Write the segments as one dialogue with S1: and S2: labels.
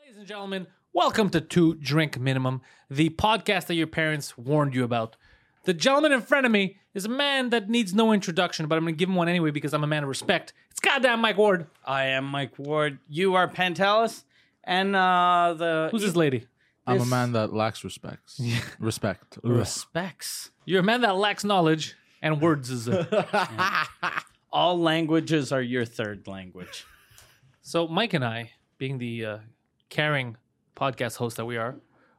S1: Ladies and gentlemen, welcome to Two Drink Minimum, the podcast that your parents warned you about. The gentleman in front of me is a man that needs no introduction, but I'm going to give him one anyway because I'm a man of respect. It's goddamn Mike Ward.
S2: I am Mike Ward. You are Pantelis, and uh, the
S1: Who's this lady?
S3: I'm a
S2: This-
S3: man that lacks respects. Respect.
S2: respects
S1: You're a man that lacks knowledge and words is uh, a-
S2: all languages are your third language.
S1: So Mike and I, being the uh, caring podcast host that we are,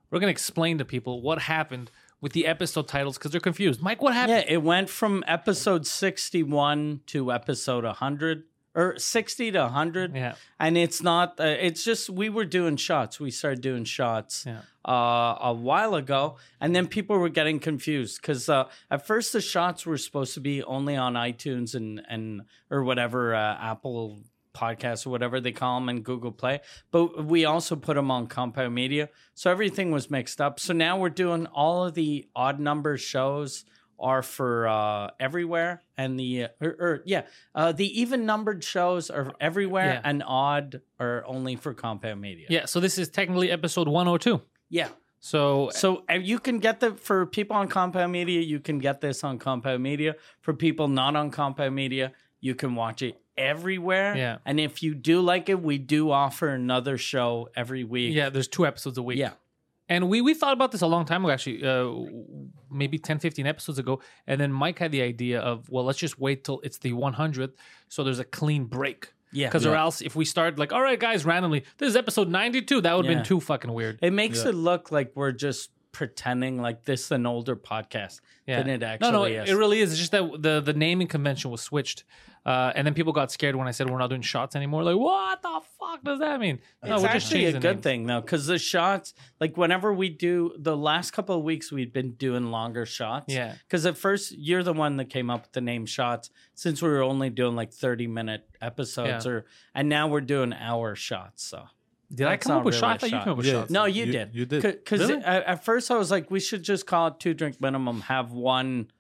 S1: we're going to explain to people what happened with the episode titles because they're confused. Mike, what happened?
S2: Yeah, it went from episode sixty-one to episode hundred or sixty to hundred.
S1: Yeah.
S2: and it's not. Uh, it's just we were doing shots. We started doing shots.
S1: Yeah.
S2: uh, a while ago, and then people were getting confused because uh, at first the shots were supposed to be only on iTunes and and or whatever uh, Apple podcasts or whatever they call them and Google Play, but we also put them on Compound Media, so everything was mixed up. So now we're doing all of the odd number shows are for uh everywhere and the or, or yeah uh the even numbered shows are everywhere
S1: Yeah.
S2: and odd are only for compound media
S1: Yeah, so this is technically episode 102.
S2: yeah
S1: So,
S2: so uh, you can get the for people on Compound Media, you can get this on Compound Media. For people not on Compound Media, you can watch it everywhere.
S1: Yeah.
S2: And if you do like it, we do offer another show every week.
S1: yeah, there's two episodes a week.
S2: Yeah.
S1: And we, we thought about this a long time ago, actually, uh, maybe 10, 15 episodes ago. And then Mike had the idea of, well, let's just wait till it's the 100th. So there's a clean break.
S2: Yeah.
S1: Because or else if we start like, all right, guys, randomly, this is episode 92, that would have
S2: Yeah.
S1: been too fucking weird.
S2: It makes it look like we're just pretending like this is an older podcast than it actually
S1: no, no,
S2: is.
S1: it really is. It's just that the, the naming convention was switched. Uh, and then people got scared when I said we're not doing shots anymore. Like, what the fuck does that mean?
S2: it's
S1: we'll just
S2: actually
S1: change
S2: a
S1: the
S2: good
S1: names.
S2: thing though, because the shots, like whenever we do the last couple of weeks, we've been doing longer shots.
S1: Yeah.
S2: Because at first, you're the one that came up with the name shots, since we were only doing like 30 minute episodes,
S1: Yeah.
S2: or and now we're doing hour shots. So
S1: Did I
S2: That's
S1: come up
S2: not
S1: with
S2: really
S1: shots?
S2: a
S1: I thought you
S2: shot.
S1: came up with
S3: Yeah.
S1: shots.
S2: no, you,
S3: You-
S2: did.
S3: you did.
S2: Because
S1: Really?
S2: at, at first I was like, we should just call it two drink minimum, have one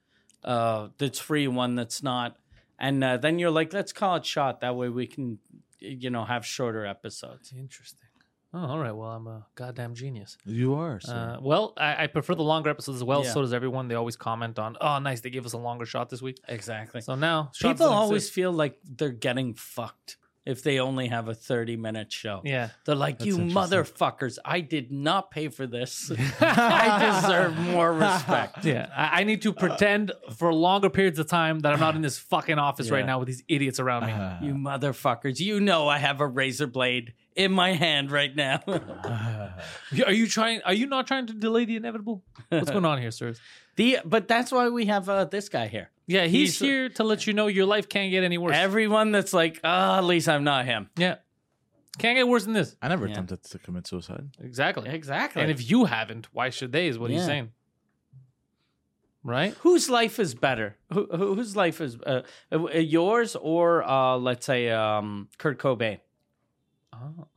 S2: uh, that's free, one that's not, and uh, then you're like, let's call it shot. That way we can, you know, have shorter episodes.
S1: Interesting. Oh, all right. Well, I'm a goddamn genius.
S3: You are. Sir.
S1: Uh, well, I, I prefer the longer episodes as well.
S2: Yeah.
S1: So does everyone. They always comment on, "Oh, nice, they gave us a longer shot this week."
S2: Exactly.
S1: So now shots
S2: People
S1: don't
S2: always
S1: exist.
S2: feel like they're getting fucked if they only have a 30 minute show.
S1: yeah.
S2: They're like,
S3: That's
S2: you
S3: interesting.
S2: motherfuckers, I did not pay for this. I deserve more respect.
S1: Yeah, I, I need to pretend for longer periods of time that I'm not in this fucking office right
S2: Yeah. Uh-huh.
S1: now with these idiots around me.
S2: You motherfuckers, you know I have a razor blade in my hand right now. Uh,
S1: You- Are you trying? Are you not trying to delay the inevitable? What's going on here, sirs?
S2: the but that's why we have uh, this guy here.
S1: Yeah, he's,
S2: He's-
S1: here to let you know your life can't get any worse.
S2: Everyone that's like, oh, at least I'm not him.
S1: yeah, can't get worse than this.
S3: I never
S2: Yeah.
S3: attempted to commit suicide.
S1: Exactly.
S2: Exactly.
S1: And if you haven't, why should they? Is what he's
S2: Yeah.
S1: saying. Right.
S2: whose life is better? Who, who- whose life is uh, uh, yours or uh, let's say um, Kurt Cobain?
S1: Oh.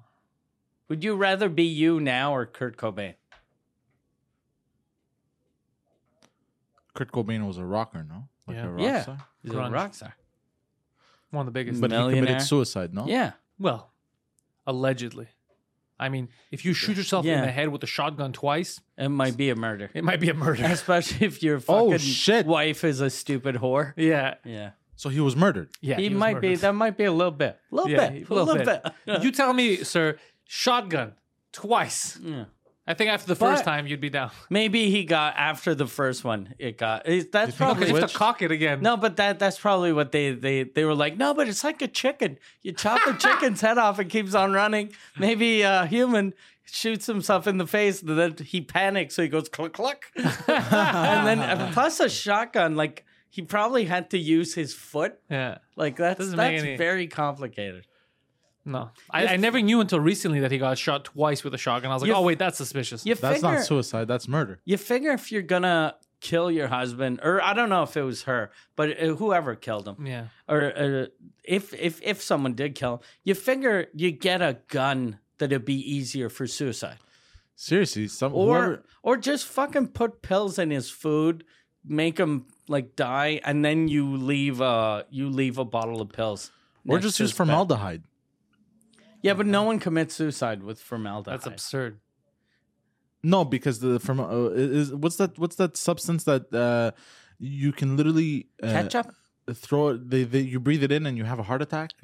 S2: Would you rather be you now or Kurt Cobain?
S3: Kurt Cobain was a rocker, no? Like
S1: Yeah.
S3: a rock
S2: Yeah.
S3: star?
S2: He's
S1: Grunge.
S2: a rock star.
S1: One of the biggest.
S3: But he
S2: Millionaire.
S3: committed suicide, no?
S2: Yeah.
S1: well, allegedly. I mean, if you shoot yourself in
S2: Yeah.
S1: the head with a shotgun twice,
S2: It might be a murder.
S1: it might be a murder.
S2: Especially if your
S3: Oh,
S2: fucking
S3: shit.
S2: wife is a stupid whore.
S1: yeah,
S2: Yeah.
S3: So he was murdered.
S1: yeah.
S2: he,
S1: was
S2: might be
S1: murdered.
S2: that might be a little bit. A little
S1: Yeah,
S2: bit.
S1: a little bit. you tell me, sir. Shotgun twice.
S2: Yeah.
S1: I think after the first
S2: But-
S1: time you'd be down.
S2: Maybe he got after the first one. It got it- that's
S3: You think
S2: probably
S1: Because
S3: Okay,
S1: you have
S3: which-
S1: to cock it again.
S2: No, but that that's probably what they they they were like. No, but it's like a chicken. You chop the chicken's head off, it keeps on running. Maybe a human shoots himself in the face, and then he panics, so he goes cluck cluck. and then uh, plus a shotgun, like he probably had to use his foot.
S1: Yeah.
S2: Like that's
S1: Doesn't make
S2: that's
S1: any-
S2: very complicated.
S1: No, I, I never knew until recently that he got shot twice with a shotgun. I was like,
S2: You-
S1: oh wait, that's suspicious.
S2: You
S3: That's
S2: figure,
S3: not suicide. That's murder.
S2: You figure if you're gonna kill your husband, or I don't know if it was her, but uh, whoever killed him,
S1: Yeah.
S2: or uh, if if if someone did kill him, you figure you get a gun that'd be easier for suicide,
S3: Seriously, some
S2: or
S3: whoever,
S2: or just fucking put pills in his food, make him like die, and then you leave uh you leave a bottle of pills.
S3: or
S2: next
S3: just
S2: to
S3: use
S2: his bed.
S3: formaldehyde.
S2: Yeah, but no one commits suicide with formaldehyde.
S1: That's absurd.
S3: No, because the from uh, is what's that? What's that substance that uh, you can literally uh,
S2: Ketchup.
S3: Throw it. They, they, you breathe it in and you have a heart attack.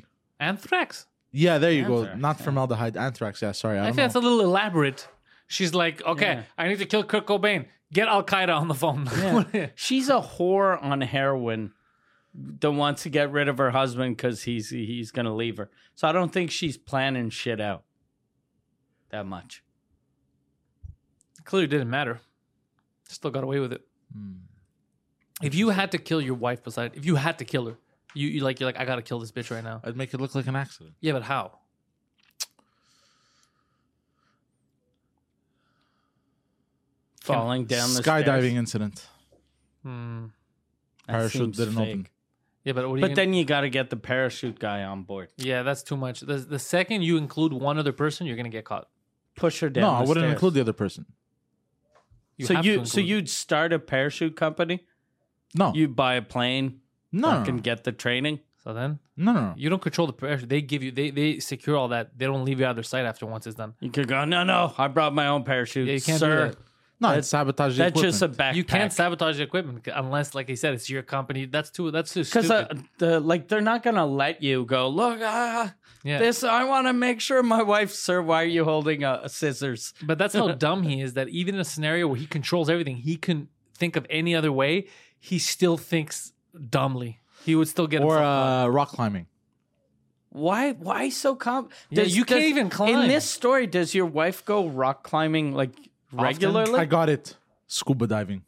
S1: Anthrax.
S3: Yeah, there you go.
S2: Anthrax,
S3: Not formaldehyde, anthrax. Yeah, sorry.
S1: I,
S3: I,
S1: think
S3: don't know.
S1: that's a little elaborate. She's like, okay,
S2: Yeah.
S1: I need to kill Kurt Cobain. Get Al Qaeda on the phone.
S2: Yeah. She's a whore on heroin that wants to get rid of her husband because he's he's gonna leave her. So I don't think she's planning shit out that much.
S1: Clearly didn't matter. Still got away with it.
S2: Hmm.
S1: If you had to kill your wife, beside if you had to kill her, you, you like you're like I gotta kill this bitch right now.
S3: I'd make it look like an accident.
S1: Yeah, but how?
S2: Falling down the
S3: Skydiving
S2: stairs.
S3: incident.
S1: Hmm.
S2: That
S3: Parachute
S2: seems
S3: didn't
S2: fake.
S3: open.
S1: Yeah, but what are you
S2: But
S1: gonna-
S2: then you got to get the parachute guy on board.
S1: yeah, that's too much. The, the second you include one other person, you're gonna get caught.
S2: Push her down.
S3: no,
S2: the
S3: I wouldn't
S2: stairs.
S3: include the other person.
S1: You
S2: so
S1: have
S2: you
S1: to
S2: so
S1: include-
S2: you'd start a parachute company.
S3: No,
S2: You buy a plane.
S3: no, no,
S2: Fucking get the training.
S1: so then
S3: no, no, no.
S1: you don't control the pressure. They give you they they secure all that. They don't leave you out of their sight after once it's done.
S2: You could go. No, no. I brought my own parachute.
S1: Yeah, you can't do
S2: sir.
S1: that.
S3: No, it's sabotage. The
S2: That's just a
S3: equipment.
S2: backpack.
S1: You can't sabotage the equipment c- unless, like I said, it's your company. That's too. That's too
S2: because
S1: stupid.
S2: uh, the like they're not gonna let you go. Look, ah,
S1: yeah.
S2: this I want to make sure my wife, sir. Why are you holding uh, scissors?
S1: but that's how dumb he is. That even in a scenario where he controls everything, he can think of any other way. He still thinks dumbly. He would still get.
S3: or
S1: himself caught.
S3: uh, rock climbing.
S2: Why? Why so com?
S1: Yeah, you can't even climb.
S2: In this story, does your wife go rock climbing like regularly?
S3: I got it. Scuba diving.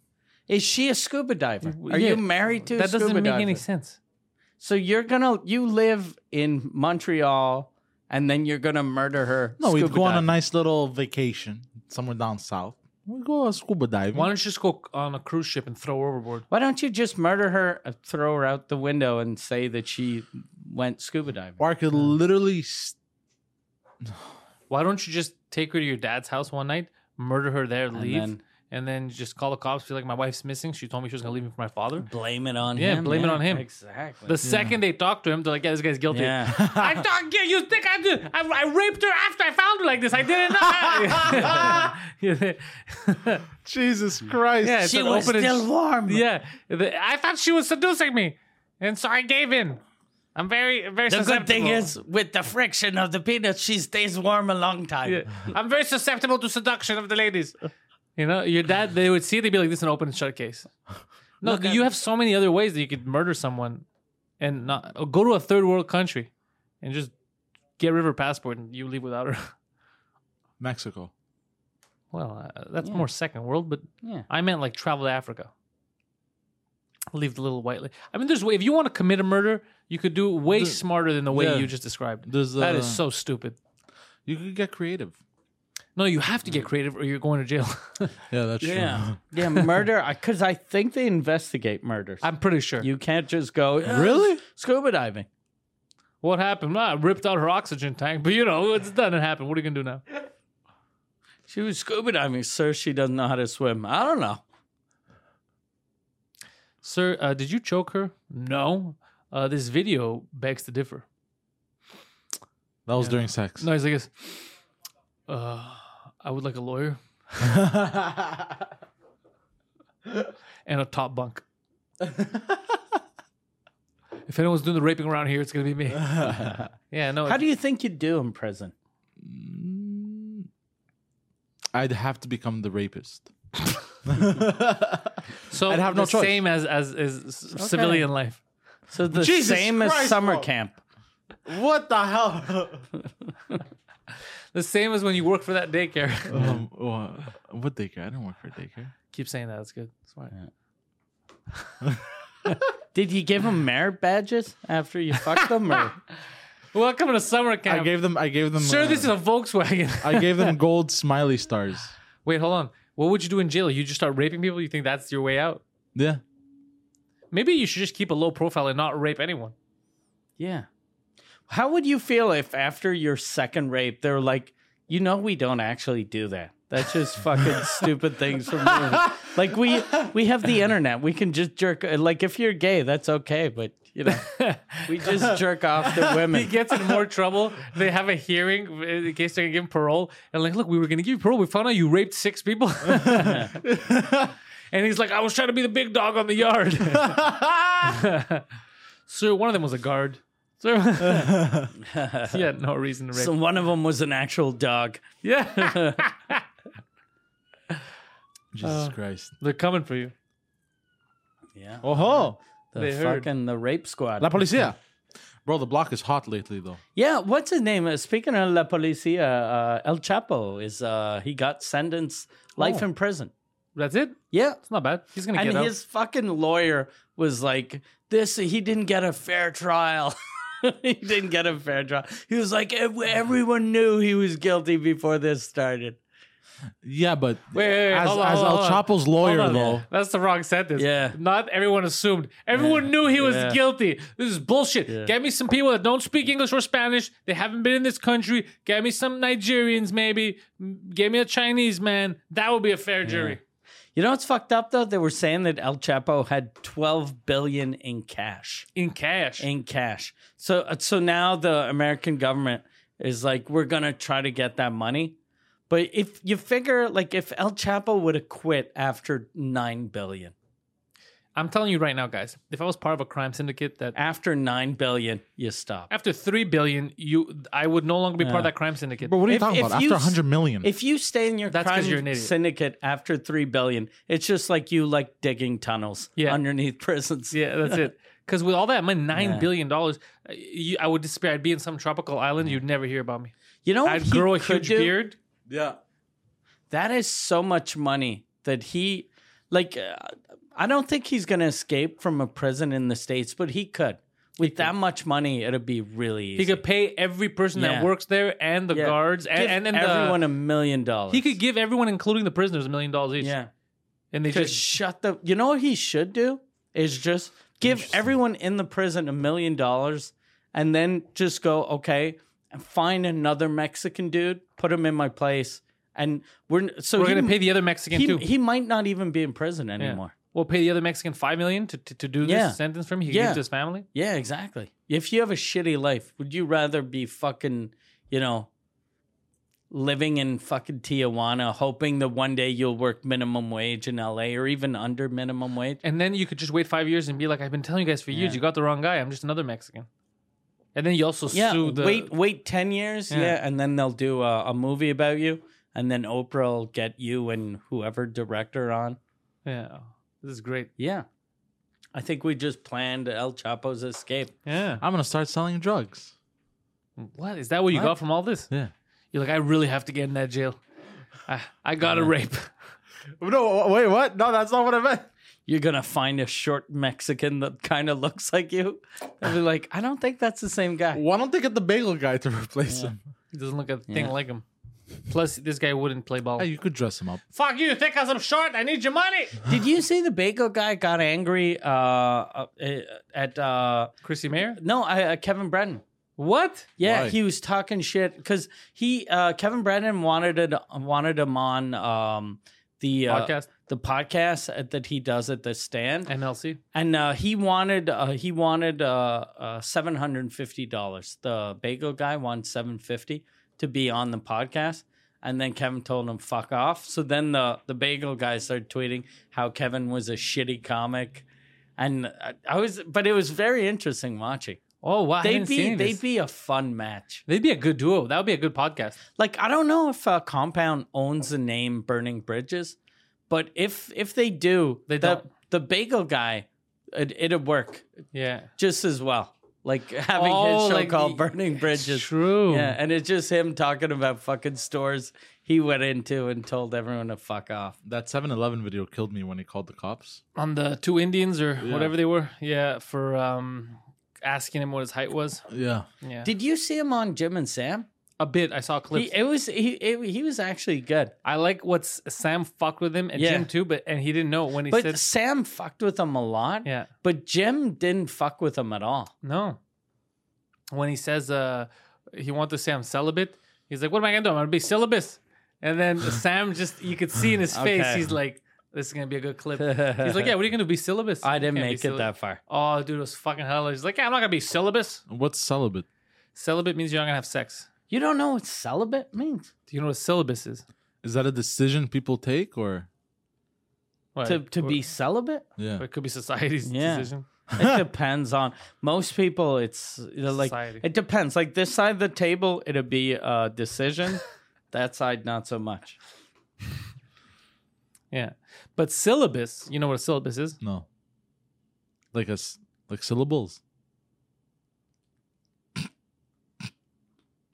S2: Is she a scuba diver? uh, Are
S1: Yeah.
S2: you married to a
S1: that doesn't
S2: scuba
S1: make any
S2: diver?
S1: sense.
S2: So you're gonna you live in Montreal, and then you're gonna murder her.
S3: No, we'd
S2: scuba
S3: go on a
S2: diving.
S3: nice little vacation somewhere down south. We'd go scuba diving.
S1: Why don't you just go on a cruise ship and throw her overboard?
S2: Why don't you just murder her, uh, throw her out the window, and say that she went scuba diving?
S3: Or I could literally. St-
S1: Why don't you just take her to your dad's house one night, murder her there, leave, and
S2: then-
S1: then, just call the cops? Be like, my wife's missing. She told me she was gonna leave me for my father.
S2: Blame it on
S1: Yeah,
S2: him.
S1: blame it on him.
S2: Exactly.
S1: The second they talk to him, they're like, "Yeah, this guy's guilty."
S2: yeah.
S1: I don't get you think I did. I, I raped her after I found her like this. I didn't know.
S3: Jesus Christ.
S1: yeah, it's
S2: she
S1: an
S2: was
S1: open and
S2: still
S1: sh-
S2: warm.
S1: yeah, The- I thought she was seducing me, and so I gave in. I'm very, very.
S2: The
S1: susceptible.
S2: good thing is, with the friction of the peanuts, she stays warm a long time.
S1: Yeah. I'm very susceptible to seduction of the ladies. You know, your dad. They would see it. They'd be like, "This is an open and shut case." No, you have so many other ways that you could murder someone, and not or go to a third world country, and just get rid of her passport, and you leave without her.
S3: Mexico.
S1: Well, uh, that's more second world, but
S2: Yeah.
S1: I meant like travel to Africa. Leave the little white. Li- I mean, there's way. If you want to commit a murder, you could do it way smarter than the way
S3: yeah.
S1: you just described.
S3: There's,
S1: that is
S3: uh,
S1: so stupid.
S3: You could get creative.
S1: No, you have to get
S3: Mm.
S1: creative, or you're going to jail.
S3: Yeah, that's true.
S2: Yeah. Yeah, murder. Because I think they investigate murders.
S1: I'm pretty sure.
S2: you can't just go. "Yeah,
S3: Really?
S2: Scuba diving.
S1: what happened? Ah, I ripped out her oxygen tank, but you know it's done. It happened. What are you gonna do now?
S2: She was scuba diving, sir. She doesn't know how to swim. I don't know.
S1: Sir, uh, did you choke her? No. Uh, this video begs to differ.
S3: That was during sex.
S1: No, he's like, this. uh, I would like a lawyer and a top bunk. if anyone's doing the raping around here, it's gonna be me. yeah, no.
S2: How do you think you'd do in prison?
S3: I'd have to become the rapist.
S1: so
S3: I'd have no
S1: the
S3: choice.
S1: Same as as, as s- civilian life.
S2: So the
S3: Jesus
S2: same
S3: Christ,
S2: as summer
S3: bro.
S2: camp.
S3: What the hell?
S1: The same as when you work for that daycare.
S3: Um, wha- what daycare? I didn't work for daycare.
S1: Keep saying that. That's good. Smart.
S2: Did you give them merit badges after you fucked them? Or?
S1: Welcome to summer
S3: I
S1: camp.
S3: gave them. I gave them.
S1: Sir,
S3: uh,
S1: this is a Volkswagen.
S3: I gave them gold smiley stars.
S1: Wait, hold on. What would you do in jail? You just start raping people? You think that's your way out?
S3: Yeah.
S1: Maybe you should just keep a low profile and not rape anyone.
S2: Yeah. How would you feel if after your second rape, they're like, you know, we don't actually do that. That's just fucking stupid things from movies. Like we we have the internet. We can just jerk. Like if you're gay, that's okay. But you know, we just jerk off the
S1: He
S2: women.
S1: gets in more trouble. They have a hearing in case they're gonna give him parole. And like, look, we were gonna give you parole. We found out you raped six people. and he's like, I was trying to be the big dog on the yard. Sir, one of them was a guard. Sir, he had no reason to rape.
S2: So one of them was an actual dog.
S1: yeah, Uh.
S3: Jesus Christ.
S1: they're coming for you.
S2: Yeah.
S3: Oh ho!
S2: The
S1: they heard.
S2: fucking the rape squad.
S3: La policía. Bro, the block is hot lately though.
S2: Yeah, what's his name? Uh, Speaking of La Policia, uh, El Chapo is uh, he got sentenced life in prison.
S1: That's it. It's
S2: Yeah,
S1: not bad. He's gonna
S2: and
S1: get out.
S2: his fucking lawyer was like, "This he didn't get a fair trial. he didn't get a fair trial. He was like, "Ev- everyone knew he was guilty before this started.
S3: Yeah, but
S1: Wait, wait, wait,
S3: as,
S1: hold on,
S3: as
S1: hold
S3: El
S1: on.
S3: Chapo's
S1: Hold
S3: lawyer
S1: on.
S3: though,
S1: That's the wrong sentence.
S2: Yeah.
S1: Not everyone assumed. Everyone knew he was
S2: Yeah.
S1: guilty. This is bullshit. Get me some people that don't speak English or Spanish. They haven't been in this country. Get me some Nigerians, maybe. M- Get me a Chinese man. That would be a fair jury.
S2: You know what's fucked up though? They were saying that El Chapo had twelve billion in cash."
S1: In cash.
S2: in cash. So uh, so now the American government is like, we're gonna try to get that money. But if you figure like if El Chapo would have quit after nine billion,
S1: I'm telling you right now, guys, if I was part of a crime syndicate that
S2: after nine billion, you stop.
S1: after three billion, you I would no longer be part of that crime syndicate.
S3: Bro, what are you
S2: If-
S3: talking
S2: if
S3: about?
S2: you
S3: After
S2: s-
S3: 100 million.
S2: If you stay in your
S1: That's 'cause
S2: crime
S1: you're an idiot.
S2: syndicate after three billion, it's just like you like digging tunnels
S1: Yeah.
S2: underneath prisons.
S1: Yeah, that's it. Because with all that money, nine billion dollars, uh, you- I would despair. I'd be in some tropical island. You'd never hear about me.
S2: You know what
S1: I'd
S2: Oh, he
S1: grow a
S2: could
S1: huge
S2: do?
S1: beard.
S3: yeah.
S2: That is so much money that he, like, uh, I don't think he's going to escape from a prison in the States, but he could. With that much money, it'd be really easy.
S1: He could pay every person that
S2: Yeah.
S1: works there and the
S2: Yeah.
S1: guards and
S2: Give
S1: and then
S2: everyone
S1: the,
S2: a million dollars.
S1: he could give everyone, including the prisoners, a million dollars each.
S2: yeah.
S1: and they
S2: Just
S1: just
S2: shut the. You know what he should do is just give everyone in the prison a million dollars, and then just go okay, and find another Mexican dude, put him in my place, and we're so
S1: we're
S2: he-
S1: gonna pay the other Mexican
S2: he,
S1: too.
S2: he might not even be in prison
S1: Yeah.
S2: anymore.
S1: We'll pay the other Mexican five million to to, to do this
S2: Yeah.
S1: sentence for him. He
S2: Yeah.
S1: gives to his family.
S2: Yeah, exactly. If you have a shitty life, would you rather be fucking, you know, living in fucking Tijuana, hoping that one day you'll work minimum wage in LA or even under minimum wage?
S1: And then you could just wait five years and be like, I've been telling you guys for years, you got the wrong guy. I'm just another Mexican. And then you also
S2: Yeah,
S1: sue the
S2: wait, wait ten years, yeah.
S1: Yeah.
S2: and then they'll do a, a movie about you, and then Oprah will get you and whoever director on.
S1: Yeah, this is great.
S2: Yeah, I think we just planned El Chapo's escape.
S1: Yeah,
S3: I'm going to start selling drugs.
S1: what is that? What you got from all this?
S3: Yeah.
S1: You're like, I really have to get in that jail. I I got a rape.
S3: No, wait, what? No, that's not what I meant.
S2: you're gonna find a short Mexican that kind of looks like you. I'd be like, I don't think that's the same guy.
S3: Why don't they get the bagel guy to replace him?
S1: He doesn't look a thing like him. Plus, this guy wouldn't play ball.
S3: Hey, you could dress him up.
S1: Fuck you, think I'm short. I need your money.
S2: Did you see the bagel guy got angry uh, uh, at uh,
S1: Chrissy Mayer?
S2: no I, uh, Kevin Brennan?
S1: What?
S2: Yeah,
S3: Why?
S2: he was talking shit because he uh, Kevin Brennan wanted it wanted him on um, the uh,
S1: Podcast.
S2: the podcast that he does at the stand,
S1: MLC.
S2: and uh, he wanted uh, he wanted uh, uh, seven hundred and fifty dollars. The bagel guy won seven fifty to be on the podcast, and then Kevin told him fuck off. So then the the bagel guy started tweeting how Kevin was a shitty comic, and I, I was, but it was very interesting watching.
S1: Oh wow, I
S2: They'd
S1: didn't see
S2: be
S1: any of
S2: they'd
S1: this.
S2: be a fun match.
S1: They'd be a good duo. That would be a good podcast.
S2: Like I don't know if uh, Compound owns the name Burning Bridges, but if if they do,
S1: They
S2: the
S1: don't.
S2: the bagel guy, it, it'd work
S1: Yeah.
S2: just as well. like having
S1: Oh,
S2: his show
S1: like
S2: called
S1: the-
S2: Burning Bridges.
S1: true.
S2: Yeah, and it's just him talking about fucking stores he went into and told everyone to fuck off.
S3: That 7-Eleven video killed me when he called the cops.
S1: on the two Indians or whatever they were. Yeah, for um, asking him what his height was.
S3: Yeah.
S1: Yeah,
S2: Did you see him on Jim and Sam?
S1: a bit. I saw
S2: He,
S1: clips.
S2: it was he it, he was actually good.
S1: I like what's Sam fucked with him and
S2: Yeah.
S1: Jim too, but and he didn't know when he
S2: But
S1: said
S2: Sam fucked with him a lot.
S1: yeah
S2: But Jim didn't fuck with him at all.
S1: no. When he says uh, he wants to say I'm celibate, he's like, "What am I gonna do? I'm gonna be celibate." And then Sam just you could see in his face,
S2: Okay.
S1: he's like, "This is gonna be a good clip." He's like, "Yeah, what are you gonna do? Be celibate?"
S2: I
S1: You
S2: didn't
S1: can't be
S2: make it
S1: celibate."
S2: that far.
S1: Oh, dude, it was fucking hilarious. He's like, "Yeah, I'm not gonna be celibate.
S3: What's celibate?
S1: Celibate means you're not gonna have sex.
S2: You don't know what celibate means.
S1: Do you know what celibate is?
S3: Is that a decision people take or
S1: What?
S2: To to
S1: What-
S2: be celibate?
S3: yeah?
S1: Or It could be society's
S2: Yeah.
S1: decision.
S2: It depends on most people. It's you know, like
S1: Society.
S2: it depends. Like this side of the table, it'd be a decision. that side, not so much.
S1: Yeah. But syllabus, you know what a syllabus is?
S3: No. Like us like syllables.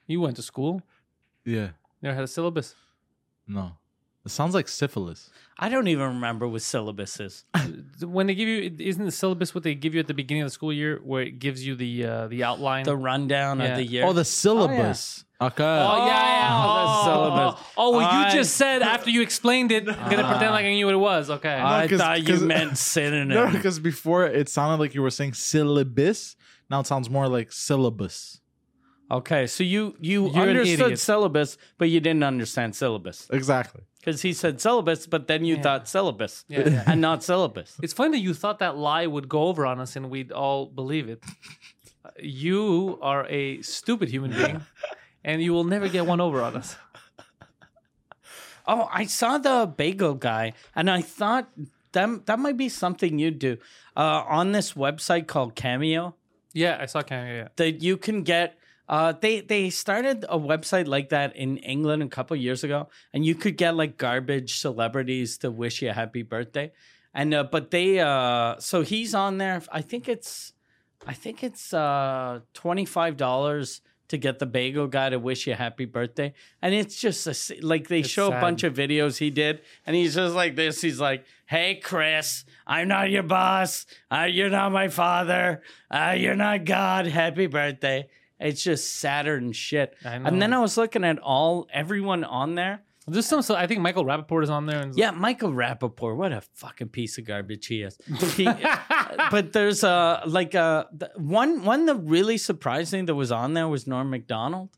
S1: You went to school,
S3: Yeah.
S1: never had a syllabus.
S3: No. It sounds like syphilis.
S2: I don't even remember what syllabus is.
S1: When they give you, isn't the syllabus what they give you at the beginning of the school year, where it gives you the uh, the outline?
S2: The rundown
S1: Yeah.
S2: of the year.
S3: Oh, the syllabus.
S1: oh
S3: Okay.
S1: yeah, yeah.
S2: Oh, the syllabus.
S1: Oh, oh, well, you
S2: I- Ah.
S1: just said after you explained it, I'm gonna pretend like I knew what it was. Okay.
S2: I
S3: No, 'cause-
S2: thought you
S3: 'cause-
S2: meant
S3: No,
S2: synonym.
S3: because before it sounded like you were saying syllabus. Now it sounds more like syllabus.
S2: okay, so you you
S1: You're an
S2: understood
S1: idiot.
S2: syllabus, but you didn't understand syllabus
S3: Exactly.
S2: because he said syllabus, but then you thought syllabus
S1: Yeah, yeah.
S2: and not syllabus.
S1: it's funny that you thought that lie would go over on us and we'd all believe it. Uh, You are a stupid human being, and you will never get one over on us.
S2: Oh, I saw the bagel guy, and I thought that that might be something you'd do uh, on this website called Cameo
S1: Yeah, I saw Kanye. Yeah.
S2: that you can get. Uh, they they started a website like that in England a couple years ago, and you could get like garbage celebrities to wish you a happy birthday, and uh, but they uh, so he's on there. I think it's I think it's uh, twenty five dollars to get the bagel guy to wish you a happy birthday, and it's just a s like they show a
S1: sad.
S2: bunch of videos he did, and he's just like this. He's like, "Hey Chris, I'm not your boss. Uh, you're not my father. Uh, you're not God. Happy birthday." It's just Saturn shit.
S1: I know.
S2: And then I was looking at all everyone on there.
S1: There's some. So I think Michael Rappaport is on there. And
S2: Yeah, Michael Rappaport, what a fucking piece of garbage he is. He- but there's uh like uh th- one one that really surprised me that was on there was Norm Macdonald.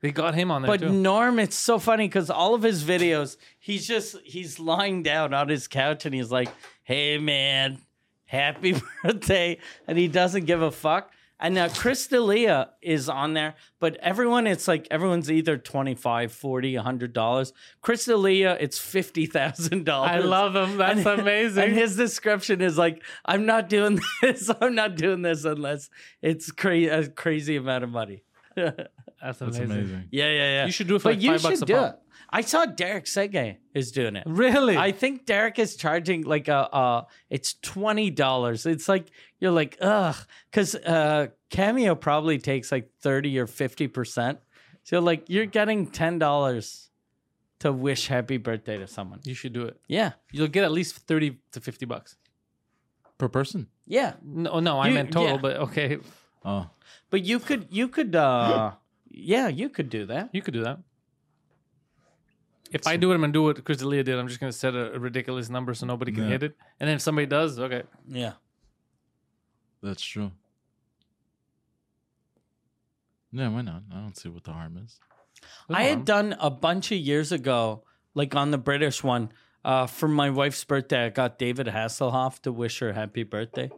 S1: they got him on there
S2: But
S1: too.
S2: Norm, it's so funny because all of his videos, he's just he's lying down on his couch and he's like, "Hey man, happy birthday," and he doesn't give a fuck. And now Chris D'Elia is on there, but everyone, it's like everyone's either 25, 40, 100 dollars. Chris D'Elia, it's fifty thousand dollars.
S1: I love him. That's amazing.
S2: And his description is like, "I'm not doing this. I'm not doing this unless it's cra- a crazy amount of money."
S1: That's
S3: That's
S1: amazing.
S3: amazing.
S2: Yeah, yeah, yeah.
S1: You should do it for like five bucks a pop.
S2: it. I saw Derek Sege is doing it.
S1: Really?
S2: I think Derek is charging like a, uh, it's twenty dollars. It's like you're like ugh, because uh, Cameo probably takes like thirty or fifty percent. So like you're getting ten dollars to wish happy birthday to someone.
S1: you should do it.
S2: Yeah,
S1: You'll get at least thirty to fifty bucks.
S3: Per person.
S2: yeah.
S1: No, oh, no, I
S2: You-
S1: meant total.
S2: yeah.
S1: But okay,
S3: Oh.
S2: But you could, you could, uh, yeah, you could do that.
S1: you could do that. If I do it, I'm gonna do what Chris D'Elia did. I'm just gonna set a, a ridiculous number so nobody can
S3: Yeah.
S1: hit it. And then if somebody does, okay.
S2: Yeah.
S3: That's true. Yeah, why not? I don't see what the harm is.
S2: I had done a bunch of years ago, like on the British one, uh, for my wife's birthday. I got David Hasselhoff to wish her happy birthday,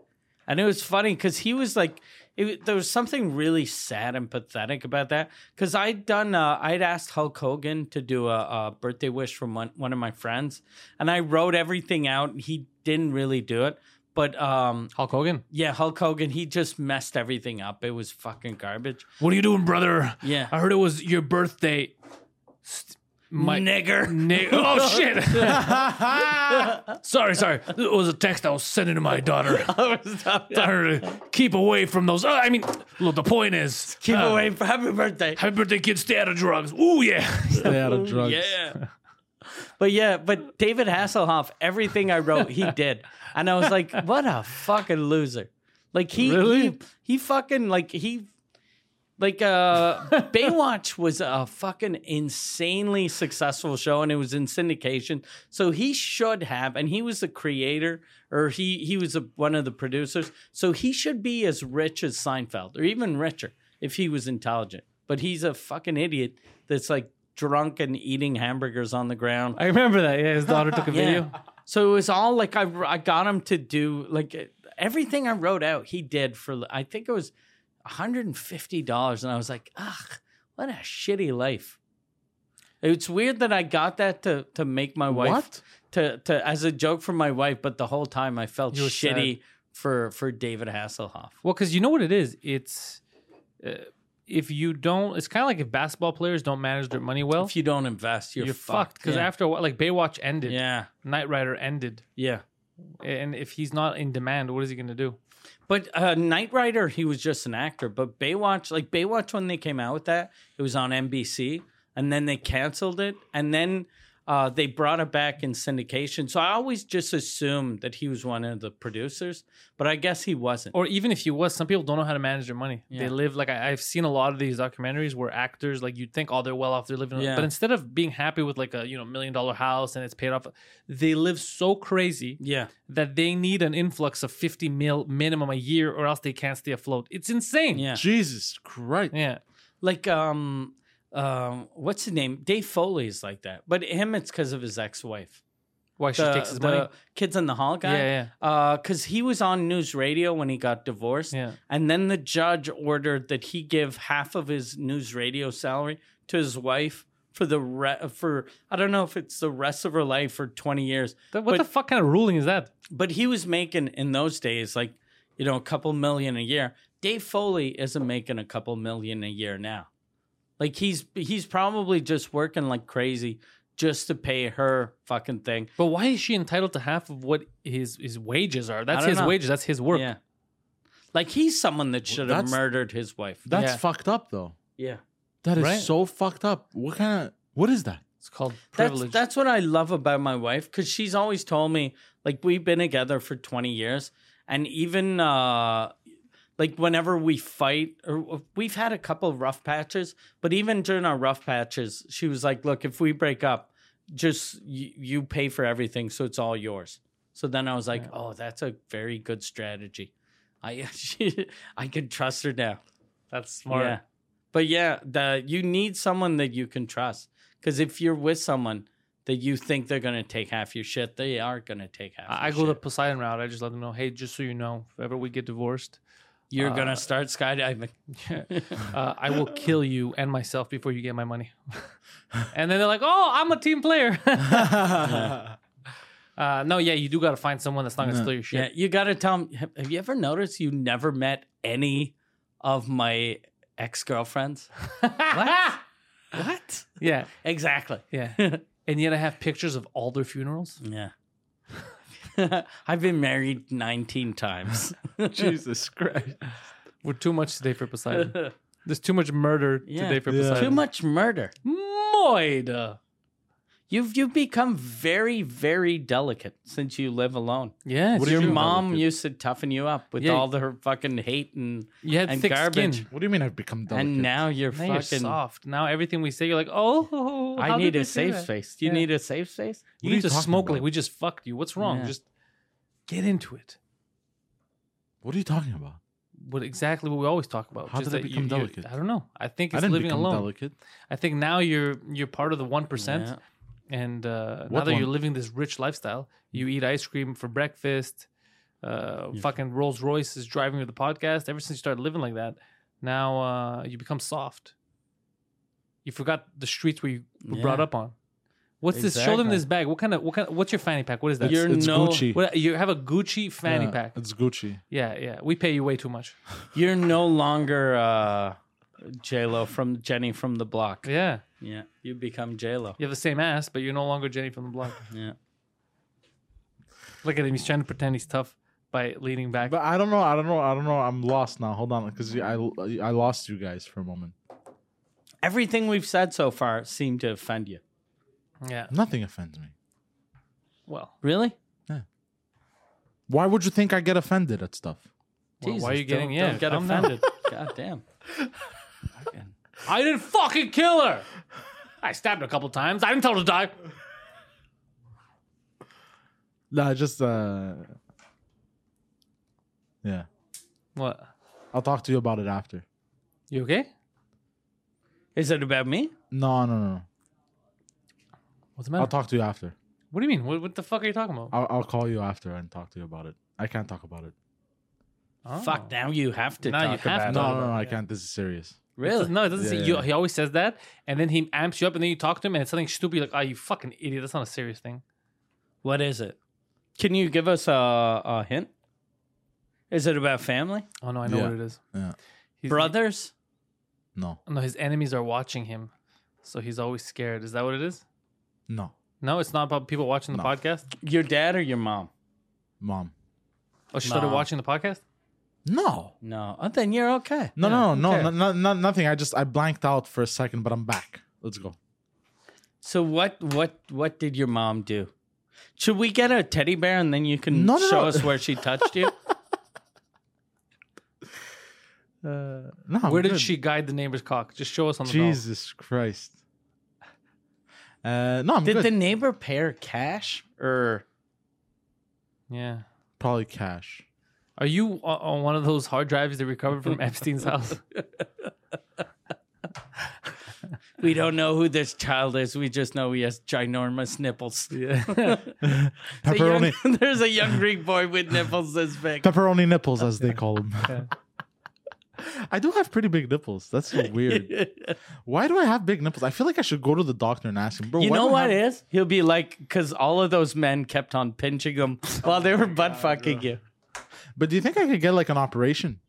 S2: and it was funny because he was like, it, there was something really sad and pathetic about that. Because I'd done, uh, I'd asked Hulk Hogan to do a, a birthday wish from one, one of my friends, and I wrote everything out. and He didn't really do it, but um,
S1: Hulk Hogan.
S2: yeah, Hulk Hogan, he just messed everything up. It was fucking garbage.
S1: What are you doing, brother?
S2: Yeah.
S1: I heard it was your birthday. my
S2: nigger.
S1: Ni- oh shit! sorry, sorry. It was a text I was sending to my daughter. Tell her to keep away from those. Oh, I mean, look. The point is,
S2: Keep
S1: uh,
S2: away from happy birthday.
S1: Happy birthday, kids! Stay out of drugs. Ooh yeah.
S3: Stay out of drugs.
S2: Yeah. But yeah, but David Hasselhoff, everything I wrote, he did. And I was like, what a fucking loser. Like he he,
S3: Really?
S2: he fucking like he like uh Baywatch was a fucking insanely successful show and it was in syndication. So he should have and he was the creator or he he was a, one of the producers. So he should be as rich as Seinfeld or even richer if he was intelligent. But he's a fucking idiot that's like drunk and eating hamburgers on the ground.
S1: I remember that. Yeah, his daughter took a video.
S2: So it was all like I, I got him to do like everything I wrote out. He did for I think it was one hundred and fifty dollars, and I was like, ugh, what a shitty life. It's weird that I got that to to make my wife
S3: What?
S2: to to as a joke for my wife, but the whole time I felt
S1: You were
S2: shitty for for David Hasselhoff.
S1: Well, because you know what it is. It's uh, if you don't. It's kind of like if basketball players don't manage their money well,
S2: If you don't invest, you're,
S1: you're, fucked. Because
S2: yeah.
S1: after a while, like Baywatch ended,
S2: yeah,
S1: Knight Rider ended,
S2: yeah.
S1: and if he's not in demand, what is he going to do?
S2: But uh, Knight Rider, he was just an actor. But Baywatch, like Baywatch, when they came out with that, it was on NBC, and then they canceled it, and then uh, they brought it back in syndication. So I always just assumed that he was one of the producers, but I guess he wasn't.
S1: Or even if he was, some people don't know how to manage their money.
S2: Yeah.
S1: They live like I, I've seen a lot of these documentaries where actors, like you'd think, oh, they're well off, they're living,
S2: Yeah.
S1: but instead of being happy with like a you know million dollar house and it's paid off, they live so crazy
S2: yeah,
S1: that they need an influx of fifty mil minimum a year, or else they can't stay afloat. It's insane.
S2: yeah.
S3: Jesus Christ.
S1: yeah.
S2: Like um, um, what's his name? Dave Foley is like that, but him, it's because of his ex-wife.
S1: Why she
S2: the,
S1: takes his
S2: the
S1: money?
S2: Kids in the Hall guy.
S1: Yeah,
S2: Because he was on news radio when he got divorced.
S1: Yeah.
S2: And then the judge ordered that he give half of his news radio salary to his wife for the re- for I don't know if it's the rest of her life or twenty years.
S1: Th- What
S2: but,
S1: the fuck kind of ruling is that?
S2: but he was making in those days like you know a couple million a year. Dave Foley isn't making a couple million a year now. Like he's he's probably just working like crazy just to pay her fucking thing.
S1: But why is she entitled to half of what his his wages are? That's
S2: don't
S1: his
S2: know.
S1: wages. That's his work.
S2: Yeah. Like he's someone that should have
S3: that's-
S2: murdered his wife.
S3: That's
S1: Yeah.
S3: fucked up, though.
S2: yeah.
S3: That is
S1: Right.
S3: so fucked up. What kind of what is that?
S1: It's called
S2: That's,
S1: privilege.
S2: that's what I love about my wife because she's always told me, like, we've been together for 20 years. And even, uh, like, whenever we fight, or uh, we've had a couple of rough patches, but even during our rough patches, she was like, look, if we break up, just you, you pay for everything. So it's all yours. So then I was like, oh, that's a very good strategy. I, she, I can trust her now.
S1: That's smart.
S2: Yeah. But yeah, the you need someone that you can trust. Because if you're with someone that you think they're gonna take half your shit, they are gonna take half.
S1: I I
S2: your
S1: go the
S2: shit.
S1: Poseidon route. I just let them know, hey, just so you know, if ever we get divorced,
S2: You're gonna start skydiving.
S1: uh, I will kill you and myself before you get my money. and then they're like, oh, I'm a team player. uh, no, yeah, you do got to find someone that's not going to steal your shit.
S2: Yeah, you gotta tell them. Have, have you ever noticed you never met any of my ex girlfriends? what? what?
S1: Yeah,
S2: Exactly.
S1: yeah. and yet I have pictures of all their funerals.
S2: Yeah. I've been married 19 times.
S3: Jesus Christ.
S1: We're too much today for Poseidon. There's too much murder
S2: Yeah.
S1: today for
S3: Yeah.
S1: Poseidon.
S2: Too much murder.
S1: Moida.
S2: You've you've become very very delicate since you live alone.
S1: Yeah, it's
S2: Your
S1: true.
S2: mom used to toughen you up with
S1: Yeah.
S2: all the her fucking hate and
S1: You had
S2: and
S1: thick
S2: garbage,
S1: skin.
S3: What do you mean I've become delicate?
S2: and now you're
S1: Now you're
S2: fucking.
S1: soft. Now everything we say, you're like, oh, how
S2: I
S1: did
S2: need
S1: they do
S2: a safe
S1: that?
S2: space. You
S1: Yeah.
S2: need a safe space.
S1: You
S3: What
S1: need
S3: are you
S1: to
S3: talking
S1: smoke
S3: about?
S1: like we just fucked you. What's wrong?
S2: Yeah.
S1: Just get into it.
S3: what are you talking about?
S1: What exactly what we always talk about?
S3: How
S1: just
S3: did I
S1: that you-
S3: become
S1: you-
S3: delicate?
S1: I don't know. I think
S3: I
S1: it's
S3: didn't
S1: living
S3: become
S1: alone.
S3: delicate.
S1: I think now you're you're part of the one percent,
S2: Yeah.
S1: and uh, now
S3: What
S1: that you're
S3: one?
S1: living this rich lifestyle, you eat ice cream for breakfast. Uh, Fucking Rolls Royce is driving you the podcast. Ever since you started living like that, now uh, you become soft. You forgot the streets where you were brought
S2: Yeah.
S1: up on. What's this? Show them
S2: Exactly.
S1: this bag. What kind of what kind? Of, what's your fanny pack? What is that?
S2: You're
S3: It's
S2: no
S3: Gucci.
S1: What- you have a Gucci fanny
S3: Yeah,
S1: pack.
S3: It's Gucci.
S1: Yeah, yeah. We pay you way too much.
S2: you're no longer uh, J Lo from Jenny from the Block.
S1: Yeah.
S2: Yeah, you become J Lo.
S1: You have the same ass, but you're no longer Jenny from the block.
S2: Yeah.
S1: Look at him. He's trying to pretend he's tough by leaning back.
S3: But I don't know. I don't know. I don't know. I'm lost now. Hold on, because I I lost you guys for a moment.
S2: Everything we've said so far seemed to offend you.
S1: yeah.
S3: Nothing offends me.
S1: Well,
S2: Really?
S3: Why would you think I get offended at stuff?
S1: why-
S2: Jesus,
S1: why are you getting
S2: don't,
S1: yeah?
S2: Don't get
S1: calm down.
S2: offended. God damn. Fucking-
S1: I didn't fucking kill her. I stabbed her a couple times. I didn't tell her to die.
S3: Nah, just uh, yeah.
S1: What?
S3: I'll talk to you about it after.
S1: You okay?
S2: Is it about me?
S3: No, no, no. no.
S1: What's the matter?
S3: I'll talk to you after.
S1: what do you mean? What, what the fuck are you talking about?
S3: I'll, I'll call you after and talk to you about it. I can't talk about it.
S1: Oh.
S2: Fuck. Now you have to
S1: Now you
S2: talk
S1: have
S2: about
S1: to.
S2: it.
S3: No, no, no. I can't. This is serious.
S2: Really?
S1: No, it doesn't. say,
S3: Yeah,
S1: you,
S3: yeah.
S1: He always says that, and then he amps you up, and then you talk to him, and it's something stupid. You're like, oh, you fucking idiot. That's not a serious thing.
S2: What is it? Can you give us a, a hint? Is it about family,
S1: Oh no, I know
S3: Yeah.
S1: what it is.
S3: Yeah.
S1: He's,
S2: brothers?
S3: No,
S1: No, his enemies are watching him, so he's always scared. Is that what it is?
S3: no,
S1: No, it's not about people watching the
S3: No.
S1: podcast.
S2: Your dad or your mom?
S3: mom.
S1: Oh, she started
S2: No.
S1: watching the podcast.
S3: No,
S2: No. Oh, then you're okay.
S3: no, no, no,
S1: okay.
S3: no, no, no, nothing. I just I blanked out for a second, but I'm back. Let's go.
S2: So what? What? What did your mom do? Should we get a teddy bear and then you can
S3: No, no,
S2: show
S3: no.
S2: us where she touched you?
S3: No, I'm
S1: Where did
S3: good.
S1: she guide the neighbor's cock? Just show us on the doll.
S3: Jesus Christ. Uh, no, I'm
S2: did
S3: good.
S2: the neighbor pay her cash or?
S1: Yeah.
S3: Probably cash.
S1: Are you o- on one of those hard drives they recovered from Epstein's house?
S2: We don't know who this child is. We just know he has ginormous nipples.
S1: Yeah.
S2: The young-
S3: Pepperoni,
S2: there's a young Greek boy with nipples this big.
S3: pepperoni nipples, as they call them. I do have pretty big nipples. That's so weird. Why do I have big nipples? I feel like I should go to the doctor and ask him, bro.
S2: You
S3: why
S2: know
S3: do I
S2: what
S3: have-
S2: is? He'll be like, because all of those men kept on pinching him
S1: Oh
S2: while they were butt fucking you.
S3: But do you think I could get like an operation?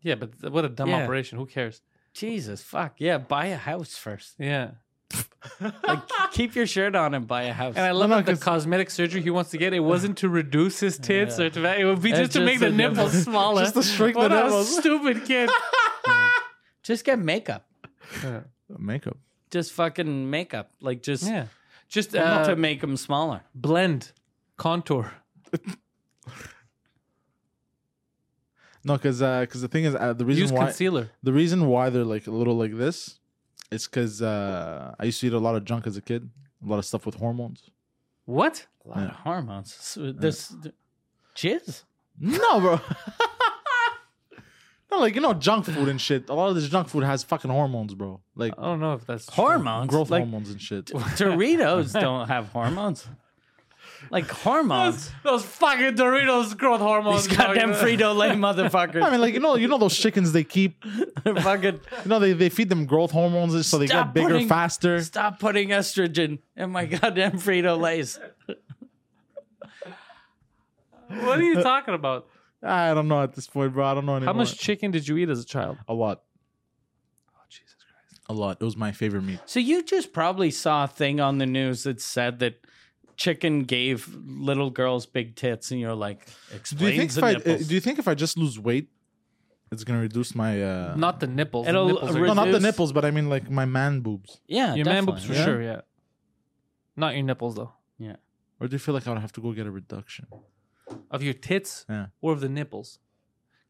S1: yeah, but th- what a dumb
S2: Yeah.
S1: operation. Who cares?
S2: Jesus, fuck. Yeah, buy a house first.
S1: Yeah.
S2: Like, keep your shirt on and buy a house.
S1: And I love
S3: no,
S1: that the
S3: 'cause-
S1: cosmetic surgery he wants to get, it wasn't to reduce his tits or to, it would be just,
S2: It's
S1: to
S2: just
S1: make the
S2: the
S1: nipples
S2: nipples.
S1: smaller.
S3: Just to shrink the
S1: what
S3: nipples.
S1: a stupid kid.
S2: just get makeup.
S3: Makeup.
S2: Just fucking makeup. Like, just
S1: yeah. Just
S2: not
S1: uh,
S2: to make them smaller.
S1: blend, contour.
S3: No, because the thing is uh, the reason
S1: Use
S3: why
S1: concealer.
S3: the reason why they're like a little like this is because uh, I used to eat a lot of junk as a kid, a lot of stuff with hormones.
S1: What?
S2: A lot of hormones. So This jizz.
S3: No, bro. no, like you know, junk food and shit. A lot of this junk food has fucking hormones, bro. Like
S1: I don't know if that's true.
S2: Hormones.
S3: growth
S2: like,
S3: hormones and shit.
S2: Doritos don't have hormones. Like hormones.
S1: Those fucking Doritos growth hormones.
S2: These goddamn
S1: dog.
S2: Frito Lay
S3: I
S2: motherfuckers.
S3: mean, like you know, you know those chickens they keep.
S2: They're fucking.
S3: You know they, they feed them growth hormones so they
S2: Stop
S3: get bigger
S2: putting-
S3: faster.
S2: Stop putting estrogen in my goddamn Frito Lays.
S1: What are you talking about?
S3: I don't know at this point, bro. I don't know anymore.
S1: How much chicken did you eat as a child?
S3: A lot.
S1: Oh, Jesus Christ.
S3: A lot. It was my favorite meat.
S2: So you just probably saw a thing on the news that said that chicken gave little girls big tits, and you're like,
S3: Do you think
S2: explains
S3: if
S2: the
S3: I uh,
S2: nipples.
S3: do you think if I just lose weight, it's gonna reduce my uh,
S1: Not the nipples.
S2: It'll
S1: the nipples are
S2: re-
S3: no, not the
S2: reduce-
S3: nipples, but I mean like my man boobs.
S2: yeah,
S1: Your man
S2: definitely,
S1: boobs for
S2: yeah.
S1: sure, yeah. Not your nipples though.
S2: Yeah.
S3: Or do you feel like I would have to go get a reduction?
S1: Of your tits
S3: Yeah.
S1: or of the nipples.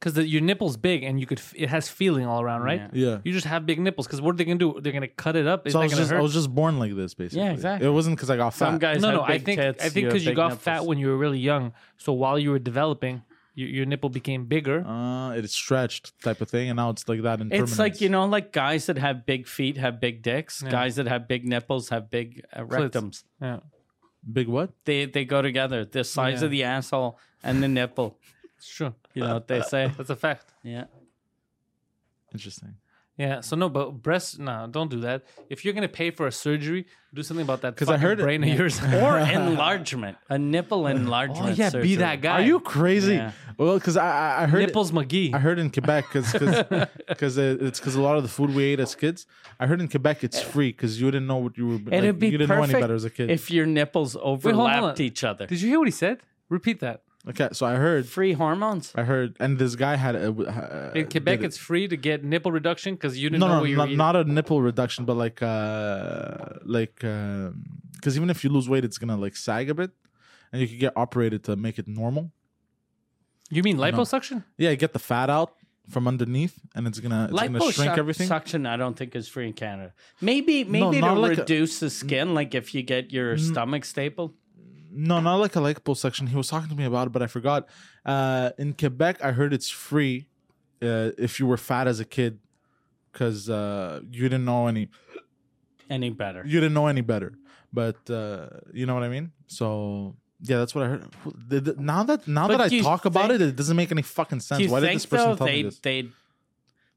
S1: Cuz your nipples big and you could f- it has feeling all around, right?
S2: Yeah.
S3: Yeah.
S1: You just have big nipples cuz what are they going to do? They're going to cut it up. It's
S3: So I
S1: not
S3: was
S1: going
S3: just
S1: to
S3: I
S1: hurt.
S3: was just born like this basically.
S2: exactly.
S3: It wasn't because I got fat.
S2: Some guys
S1: no,
S2: have
S1: no,
S2: big
S1: I think
S2: tits.
S1: I think
S2: have
S1: cuz you
S2: big
S1: got
S2: nipples.
S1: fat when you were really young. So while you were developing, your, your nipple became bigger.
S3: uh, it's stretched type of thing, and now it's like that in
S2: It's like
S3: permanence.
S2: you know, like guys that have big feet have big dicks. Guys that have big nipples have big uh,
S1: Clits.
S2: rectums.
S1: yeah.
S3: big what?
S2: They they go together. The size
S1: Yeah.
S2: of the asshole and the nipple.
S1: It's true.
S2: You know what they say?
S1: That's a fact.
S2: Yeah.
S3: Interesting.
S1: Yeah, so no, but breast, no, don't do that. If you're gonna pay for a surgery, do something about that.
S3: 'Cause I
S1: fucking
S3: heard it-
S1: brain of yours.
S2: Or enlargement. A nipple enlargement.
S1: oh yeah, be
S2: surgery.
S1: that guy.
S3: Are you crazy?
S2: Yeah.
S3: Well, because I I- I heard
S1: Nipples McGee.
S3: I heard in Quebec because because it's because a lot of the food we ate as kids. I heard in Quebec it's free because you didn't know what you were.
S2: It'd
S3: like,
S2: be
S3: you didn't know
S2: perfect
S3: any better as a kid.
S2: if your nipples overlapped
S1: on.
S2: each other.
S1: Did you hear what he said? Repeat that.
S3: okay, so I heard
S2: Free hormones.
S3: I heard, and this guy had a, uh,
S1: In Quebec,
S3: did it.
S1: it's free to get nipple reduction because you didn't
S3: no
S1: know
S3: no
S1: what you were
S3: not,
S1: eating.
S3: not a nipple reduction, but like uh like because even if you lose weight, it's gonna like sag a bit, and you could get operated to make it normal.
S1: you mean liposuction?
S3: Yeah, get the fat out from underneath, and it's gonna it's gonna shrink
S2: Liposuc-
S3: everything.
S2: Suction, I don't think is free in Canada. Maybe
S3: No,
S2: maybe
S3: not
S2: to
S3: like a-
S2: reduce the skin, like if you get your stomach stapled.
S3: No, not like a liposuction. He was talking to me about it, but I forgot. Uh, in Quebec, I heard it's free uh, if you were fat as a kid because uh, you didn't know any
S2: Any better?
S3: you didn't know any better. But uh, you know what I mean. So yeah, that's what I heard. Who- the- the- Now that now
S2: But
S3: that
S2: do
S3: I
S2: you
S3: talk about it,
S2: think-
S3: it doesn't make any fucking sense. Why did this person tell me this?
S2: They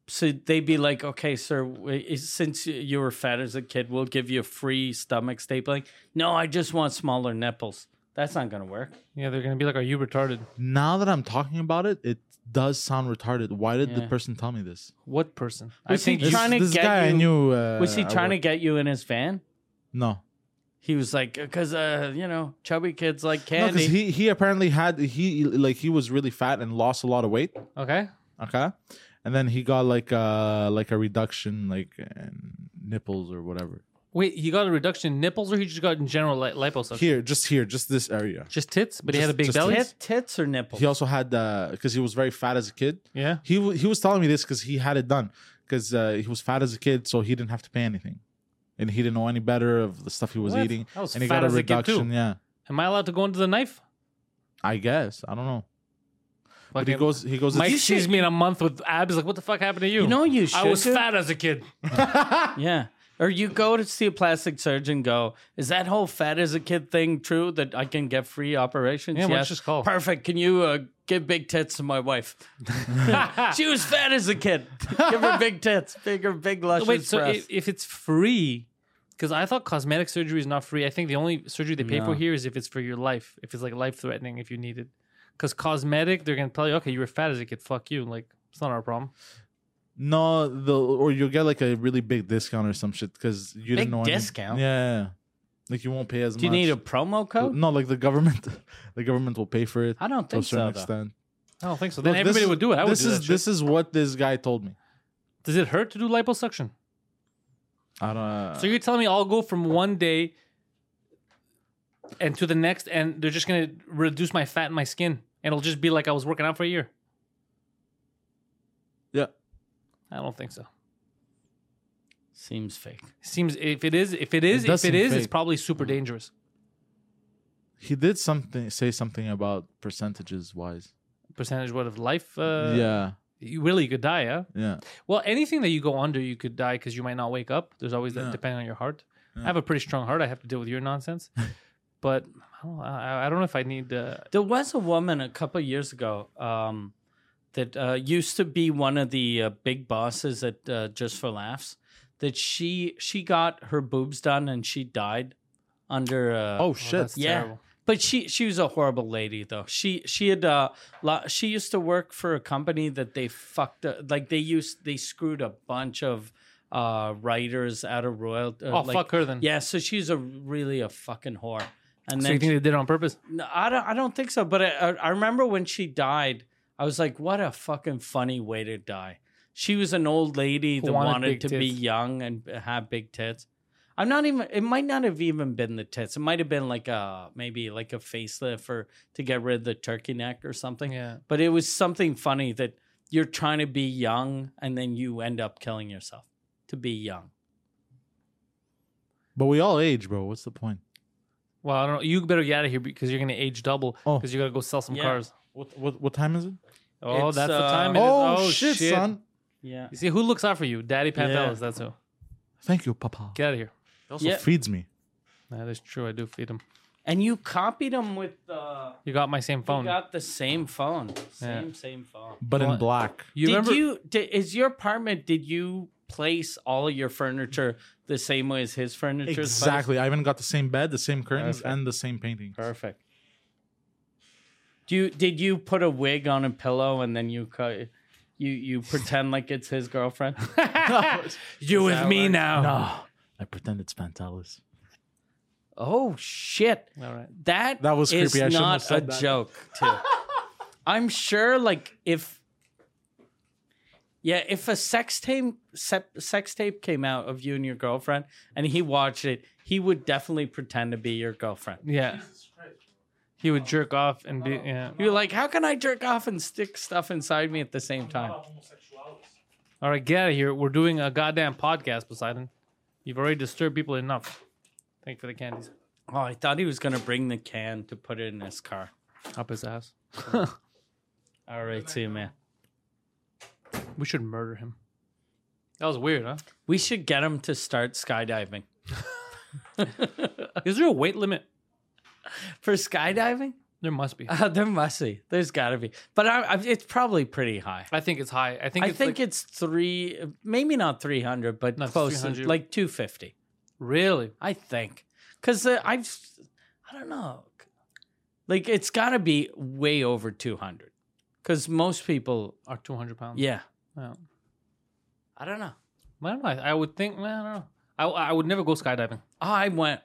S2: so they'd be like, okay, sir, w- is- since you- you were fat as a kid, we'll give you free stomach stapling. No, I just want smaller nipples. That's not gonna work.
S1: Yeah, they're gonna be like, "Are you retarded?
S3: Now that I'm talking about it, it does sound retarded. Why did the
S2: Yeah.
S3: person tell me this?
S1: What person?"
S2: Was he
S3: This,
S2: trying to
S3: this
S2: get
S3: guy I
S2: you-
S3: knew. Uh,
S2: Was he
S3: I
S2: trying to
S3: worked-
S2: get you in his van?
S3: No.
S2: He was like, because uh, you know, chubby kids like
S3: No, because
S2: candy.
S3: he he apparently had he like he was really fat and lost a lot of weight.
S1: Okay.
S3: Okay, and then he got like uh like a reduction like and nipples or whatever.
S1: Wait, he got a reduction in nipples, or he just got in general li- liposuction?
S3: Here, just here, just this area.
S1: Just tits, but he had a
S3: Just-
S1: big
S3: just
S1: belly.
S2: Tit- tits or nipples?
S3: He also had because he was very fat as a kid.
S1: Yeah.
S3: He w- he was telling me this because he had it done because uh, he was fat as a kid, so he didn't have to pay anything, and he didn't know any better of the stuff he was
S1: What?
S3: eating.
S1: I was
S3: and he
S1: fat
S3: got a
S1: as a kid, too.
S3: reduction. Yeah,
S1: Am I allowed to go into the knife?
S3: I guess I don't know. But he
S1: Fucking-
S3: goes he goes.
S1: Mike
S3: it's-
S1: sees me in a month with abs. Like, what the fuck happened to you?
S2: You know what you
S1: I
S2: should
S1: was
S2: do?
S1: fat as a kid.
S2: Yeah. Or you go to see a plastic surgeon. Go, is that whole fat as a kid thing true? That I can get free operations?
S1: Yeah, why don't you just call?
S2: Perfect. Can you uh, give big tits to my wife? she was fat as a kid. give her big tits, bigger, big luscious
S1: Wait, so
S2: breasts.
S1: if, if it's free, because I thought cosmetic surgery is not free. I think the only surgery they pay for here is if it's for your life, if it's like life threatening, if you need it. Because cosmetic, they're gonna tell you, okay, you were fat as a kid. Fuck you. Like, it's not our problem.
S3: No, the or you'll get like a really big discount or some shit because you
S2: Big
S3: didn't know any-
S2: discount?
S3: Yeah, yeah. like you won't pay as
S2: Do you
S3: much.
S2: need a promo code?
S3: no? Like the government, the government will pay for it.
S2: I don't
S3: to a
S2: think
S3: certain
S2: so, though.
S3: extent.
S1: I don't think so. Then
S3: Look, this
S1: everybody
S3: is-
S1: would do it. I would
S3: this
S1: do
S3: is
S1: that shit.
S3: this is what this guy told me.
S1: Does it hurt to do liposuction?
S3: I don't. Uh,
S1: So you're telling me I'll go from one day and to the next, and they're just gonna reduce my fat and my skin, and it'll just be like I was working out for a year.
S3: yeah,
S1: I don't think so.
S2: Seems fake.
S1: Seems if it is, if it is,
S3: It does
S1: if it
S3: seem
S1: is, it's
S3: fake. Mm.
S1: probably super dangerous.
S3: he did something. Say something about percentages wise.
S1: Percentage what of life? Uh,
S3: yeah,
S1: you really you could die. Yeah.
S3: yeah.
S1: Well, anything that you go under, you could die because you might not wake up. There's always that depending on your heart. I have a pretty strong heart. I have to deal with your nonsense, but I don't, I, I don't know if I need. Uh,
S2: There was a woman a couple of years ago um, that uh, used to be one of the uh, big bosses at uh, Just for Laughs. That she she got her boobs done and she died under. Uh,
S3: Oh shit.
S1: that's-
S2: yeah.
S1: terrible.
S2: But she she was a horrible lady though. She she had uh lo- she used to work for a company that they fucked up, like they used they screwed a bunch of uh writers out of royalty.
S1: oh fuck her then.
S2: Yeah, so she's a really a fucking whore. And
S1: So you think they did it on purpose?
S2: no, I don't. I don't think so. But I, I, I remember when she died, I was like, "What a fucking funny way to die." She was an old lady
S1: Who
S2: that
S1: wanted big
S2: wanted, to be
S1: tits.
S2: young and have big tits. I'm not even. It might not have even been the tits. It might have been like a maybe like a facelift or to get rid of the turkey neck or something.
S1: Yeah.
S2: But it was something funny that you're trying to be young and then you end up killing yourself to be young.
S3: But we all age, bro. What's the point?
S1: Well, I don't know. You better get out of here because you're gonna age double
S3: Oh.
S1: because you gotta go sell some
S2: Yeah.
S1: cars.
S3: What what what time is it?
S1: Oh,
S2: It's,
S1: that's the
S2: uh,
S1: time. it is.
S3: Oh, shit, son.
S2: Yeah.
S1: You see who looks out for you, Daddy Pantelis.
S2: Yeah.
S1: That's who.
S3: Thank you, Papa.
S1: Get out of here.
S3: also
S2: Yeah.
S3: feeds me.
S1: That is true. I do feed him.
S2: And you copied him with the.
S1: You got my same phone.
S2: You got the same phone.
S1: Yeah.
S2: Same, same phone.
S3: But in black.
S1: You
S2: did
S1: remember?
S2: you? Did, is your apartment? Did you place all your furniture the same way as his furniture? is placed?
S3: Exactly. I even got the same bed, the same curtains, and the same painting.
S2: Perfect. Do you did you put a wig on a pillow and then you cut you you pretend like it's his girlfriend?
S1: You with me now.
S3: Ah, I pretend it's Pantelis.
S2: oh shit.
S1: All right.
S2: That
S3: That was
S2: is
S3: creepy. I shouldn't have
S2: not
S3: said
S2: a
S3: that.
S2: joke. Too. I'm sure, like if yeah, if a sex tape sep- sex tape came out of you and your girlfriend, and he watched it, he would definitely pretend to be your girlfriend.
S1: Yeah. He
S2: Oh.
S1: would jerk off and be yeah.
S2: You're like, how can I jerk off and stick stuff inside me at the same time?
S1: All right, get out of here. We're doing a goddamn podcast, Poseidon. You've already disturbed people enough. Thank you for the candies.
S2: Oh, I thought he was gonna bring the can to put it in his car.
S1: Up his ass.
S2: All right, see you, man.
S1: We should murder him. That was weird, huh?
S2: We should get him to start skydiving.
S1: Is there a weight limit?
S2: For skydiving,
S1: There must be.
S2: uh, there must be. There's got to be, but I, I, it's probably pretty high.
S1: I think it's high. I think
S2: I
S1: it's like,
S2: think it's three, maybe not 300, but
S1: Not
S2: close,
S1: 300.
S2: like 250,
S1: really
S2: I think. Because uh, I've, I don't know. Like, it's got to be way over 200. Because most people,
S1: are 200 pounds.
S2: yeah,
S1: Wow.
S2: I don't know.
S1: I don't know. I I would think, man, I don't know. I, I would never go skydiving.
S2: I went,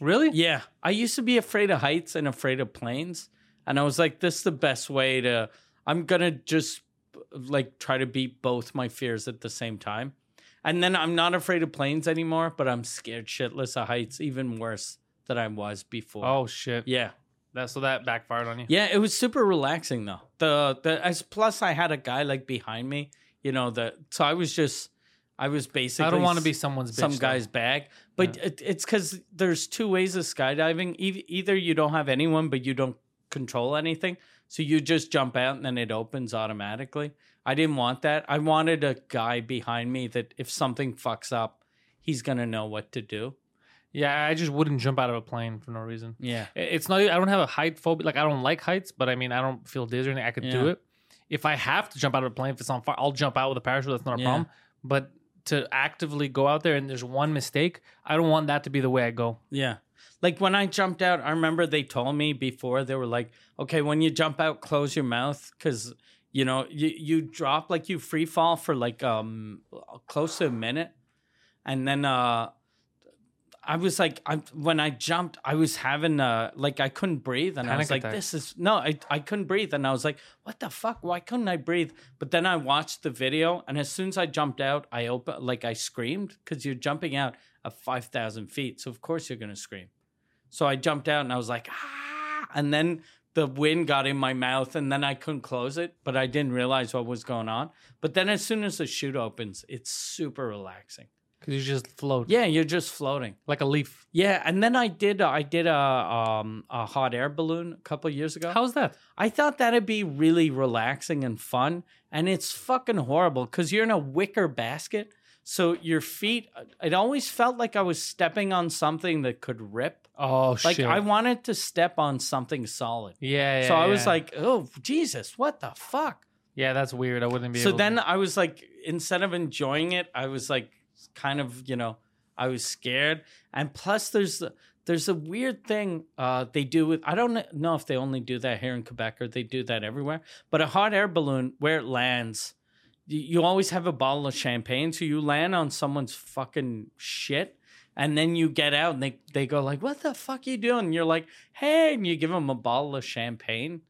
S1: Really?
S2: yeah, I used to be afraid of heights and afraid of planes. And I was like, this is the best way to, I'm going to just like try to beat both my fears at the same time. And then I'm not afraid of planes anymore, but I'm scared shitless of heights, even worse than I was before.
S1: Oh, shit.
S2: yeah.
S1: That, so that backfired on you.
S2: Yeah, it was super relaxing though. The the as plus I had a guy like behind me, you know, the so I was just I was basically
S1: I don't want to be someone's bitch.
S2: some
S1: though.
S2: guy's bag. But it, it's because there's two ways of skydiving. E- either you don't have anyone, but you don't control anything, so you just jump out and then it opens automatically. I didn't want that. I wanted a guy behind me that if something fucks up, he's gonna know what to do.
S1: Yeah, I just wouldn't jump out of a plane for no reason.
S2: Yeah,
S1: I- It's not. I don't have a height phobia. Like I don't like heights, but I mean, I don't feel dizzy or anything. I could do
S2: Yeah.
S1: it. If I have to jump out of a plane, if it's on fire, I'll jump out with a parachute. That's not a
S2: Yeah.
S1: problem. But to actively go out there and there's one mistake, I don't want that to be the way I go.
S2: Yeah. Like when I jumped out, I remember they told me before they were like, "Okay, when you jump out, close your mouth cuz you know, you you drop like you free fall for like um close to a minute." And then uh I was like I when I jumped, I was having uh like I couldn't breathe and I
S1: Panic
S2: was like
S1: attack.
S2: this is no, I I couldn't breathe and I was like, "What the fuck? Why couldn't I breathe?" But then I watched the video and as soon as I jumped out, I opened like I screamed cuz you're jumping out at 5,000 feet. So, of course, you're going to scream. So, I jumped out and I was like, ah. And then the wind got in my mouth and then I couldn't close it, but I didn't realize what was going on. But then, as soon as the chute opens, it's super relaxing.
S1: Cause you just float.
S2: Yeah, you're just floating.
S1: like a leaf.
S2: Yeah, and then I did uh, I did a um a hot air balloon a couple years ago.
S1: How's that?
S2: I thought that'd be really relaxing and fun, and it's fucking horrible because you're in a wicker basket. So your feet, uh, it always felt like I was stepping on something that could rip.
S1: Oh
S2: Like
S1: shit!
S2: I wanted to step on something solid.
S1: yeah, yeah.
S2: so I was
S1: yeah.
S2: like, oh, Jesus, what the fuck?
S1: yeah, that's weird. I wouldn't be.
S2: So
S1: able to-
S2: then I was like, instead of enjoying it, I was like, kind of, you know, I was scared. And plus, there's there's a weird thing uh, they do with. I don't know if they only do that here in Quebec or they do that everywhere. But a hot air balloon where it lands, you, you always have a bottle of champagne, so you land on someone's fucking shit. And then you get out and they, they go like, what the fuck you doing? And you're like, hey, and you give them a bottle of champagne.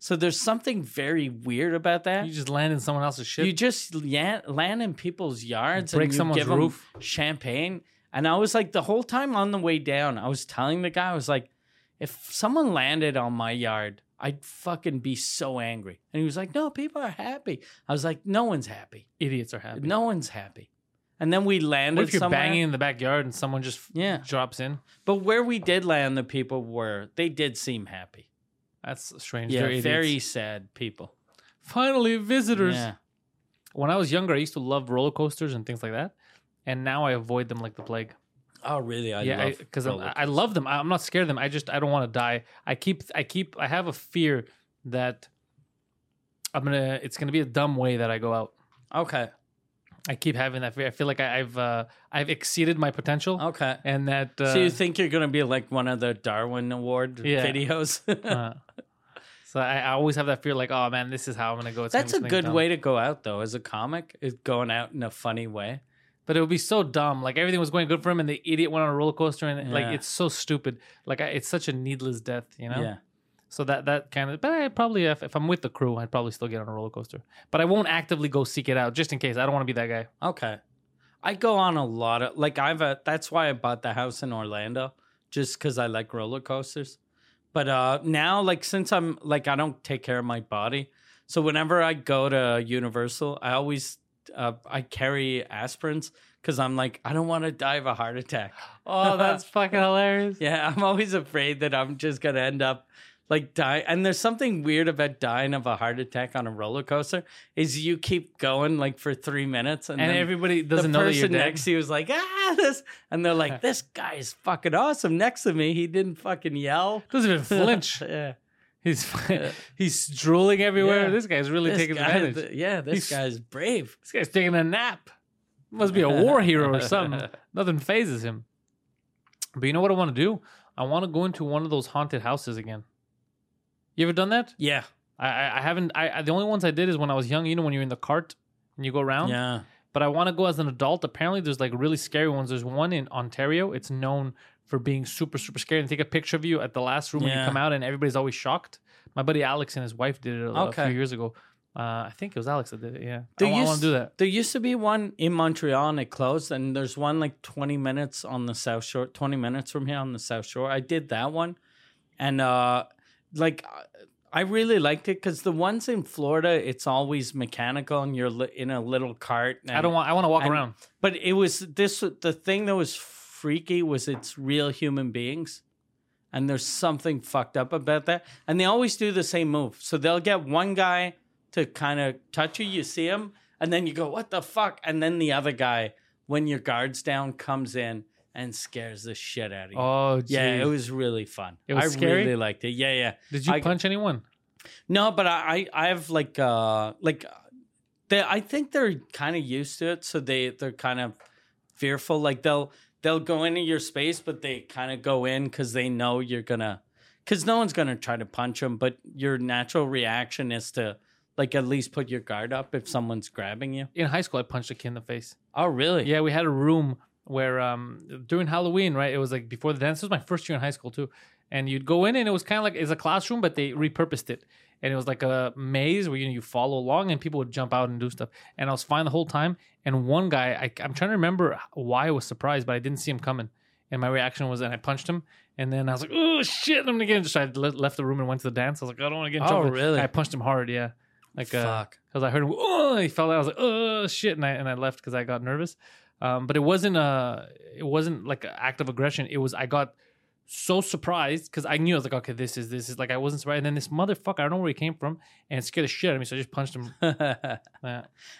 S2: So there's something very weird about that.
S1: you just land in someone else's shit.
S2: You just yan- land in people's yards
S1: Break
S2: and you
S1: someone's
S2: give 'em
S1: roof.
S2: champagne. And I was like, the whole time on the way down, I was telling the guy, I was like, if someone landed on my yard, I'd fucking be so angry. And he was like, no, people are happy. I was like, no one's happy.
S1: Idiots are happy.
S2: No one's happy. And then we landed
S1: What if you're
S2: somewhere.
S1: banging in the backyard and someone just
S2: Yeah.
S1: drops in?
S2: But where we did land, the people were, they did seem happy.
S1: That's strange. They're
S2: Yeah,
S1: idiots.
S2: very sad people.
S1: Finally, visitors.
S2: Yeah.
S1: When I was younger, I used to love roller coasters and things like that, and now I avoid them like the plague.
S2: Oh, really? I
S1: yeah,
S2: love
S1: because
S2: roller
S1: I, I love them. I, I'm not scared of them. I just I don't want to die. I keep I keep I have a fear that I'm gonna. It's gonna be a dumb way that I go out.
S2: Okay.
S1: I keep having that fear. I feel like I, I've uh, I've exceeded my potential,
S2: Okay.
S1: and that uh,
S2: so you think you're gonna be like one of the Darwin Award
S1: Yeah.
S2: videos?
S1: uh, So I, I always have that fear, like, oh man, this is how I'm gonna go. It's gonna
S2: That's
S1: be
S2: a
S1: something
S2: good
S1: dumb.
S2: way to go out though. As a comic, is going out in a funny way.
S1: But it would be so dumb. Like everything was going good for him, and the idiot went on a roller coaster, and
S2: Yeah.
S1: like it's so stupid. Like I, it's such a needless death, you know.
S2: Yeah.
S1: So that that kind of. But I probably if, if I'm with the crew, I'd probably still get on a roller coaster. But I won't actively go seek it out just in case. I don't want to be that guy.
S2: Okay. I go on a lot of like I've a that's why I bought the house in Orlando just cuz I like roller coasters. But uh now like since I'm like I don't take care of my body. So whenever I go to Universal, I always uh, I carry aspirins cuz I'm like I don't want to die of a heart attack.
S1: Oh, that's fucking hilarious.
S2: Yeah, I'm always afraid that I'm just gonna end up like die. And there's something weird about dying of a heart attack on a roller coaster. Is you keep going like for three minutes, and,
S1: And
S2: then
S1: everybody doesn't
S2: the
S1: know that
S2: person
S1: you're dead.
S2: next to you is like, ah, this, and they're like, this guy is fucking awesome. Next to me, he didn't fucking yell.
S1: Doesn't even flinch.
S2: yeah,
S1: He's he's drooling everywhere.
S2: Yeah.
S1: This guy's really
S2: this
S1: taking
S2: guy-
S1: advantage.
S2: th- yeah, this
S1: He's-
S2: guy's brave.
S1: This guy's taking a nap. Must be a war hero or something. Nothing phases him. But you know what I want to do? I want to go into one of those haunted houses again. You ever done that?
S2: Yeah,
S1: I I, I haven't. I, I the only ones I did is when I was young. You know when you're in the cart and you go around.
S2: yeah.
S1: But I want to go as an adult. Apparently, there's like really scary ones. There's one in Ontario. It's known for being super super scary. And take a picture of you at the last room when you
S2: Yeah.
S1: come out, and everybody's always shocked. My buddy Alex and his wife did it a, a
S2: Okay.
S1: few years ago. Uh, I think it was Alex that did it. Yeah,
S2: There
S1: I, wa- I
S2: used-
S1: want to do that.
S2: There used to be one in Montreal and it closed, and there's one like 20 minutes on the South Shore, 20 minutes from here on the South Shore. I did that one, and uh, like I- I really liked it because the ones in Florida, it's always mechanical and you're li- in a little cart. And,
S1: I don't want. I want to walk
S2: and-
S1: around.
S2: but it was this the thing that was freaky was it's real human beings. And there's something fucked up about that. And they always do the same move. So they'll get one guy to kind of touch you, you see him, and then you go, what the fuck? And then the other guy, when your guard's down, comes in and scares the shit out of you.
S1: Oh, gee.
S2: yeah, it was really fun.
S1: It was
S2: I
S1: scary?
S2: really liked it. Yeah, yeah.
S1: Did you
S2: I-
S1: punch anyone?
S2: No, but I I I have like uh like uh, they I think they're kind of used to it, so they they're kind of fearful. Like they'll they'll go into your space, but they kind of go in because they know you're gonna because no one's gonna try to punch them, but your natural reaction is to like at least put your guard up if someone's grabbing you.
S1: In high school, I punched a kid in the face.
S2: Oh, really?
S1: Yeah, we had a room where um during Halloween, right? It was like before the dance. This was my first year in high school too, and you'd go in and it was kind of like it's a classroom, but they repurposed it, and it was like a maze where you know you follow along and people would jump out and do stuff. And I was fine the whole time. And one guy, I, I'm trying to remember why I was surprised, but I didn't see him coming. And my reaction was, and I punched him. And then I was like, oh shit, I'm gonna get in. So I le- left the room and went to the dance. I was like, I don't want to get in
S2: Oh,
S1: trouble.
S2: really?
S1: I punched him hard, yeah. Like, uh,
S2: Fuck.
S1: because I heard him, oh, he fell out. I was like, oh shit, and I and I left because I got nervous. Um, but it wasn't a, it wasn't like an act of aggression. It was I got so surprised because I knew I was like, okay, this is this is like I wasn't surprised. And then this motherfucker, I don't know where he came from, and it scared the shit out of me. So I just punched him. Yeah.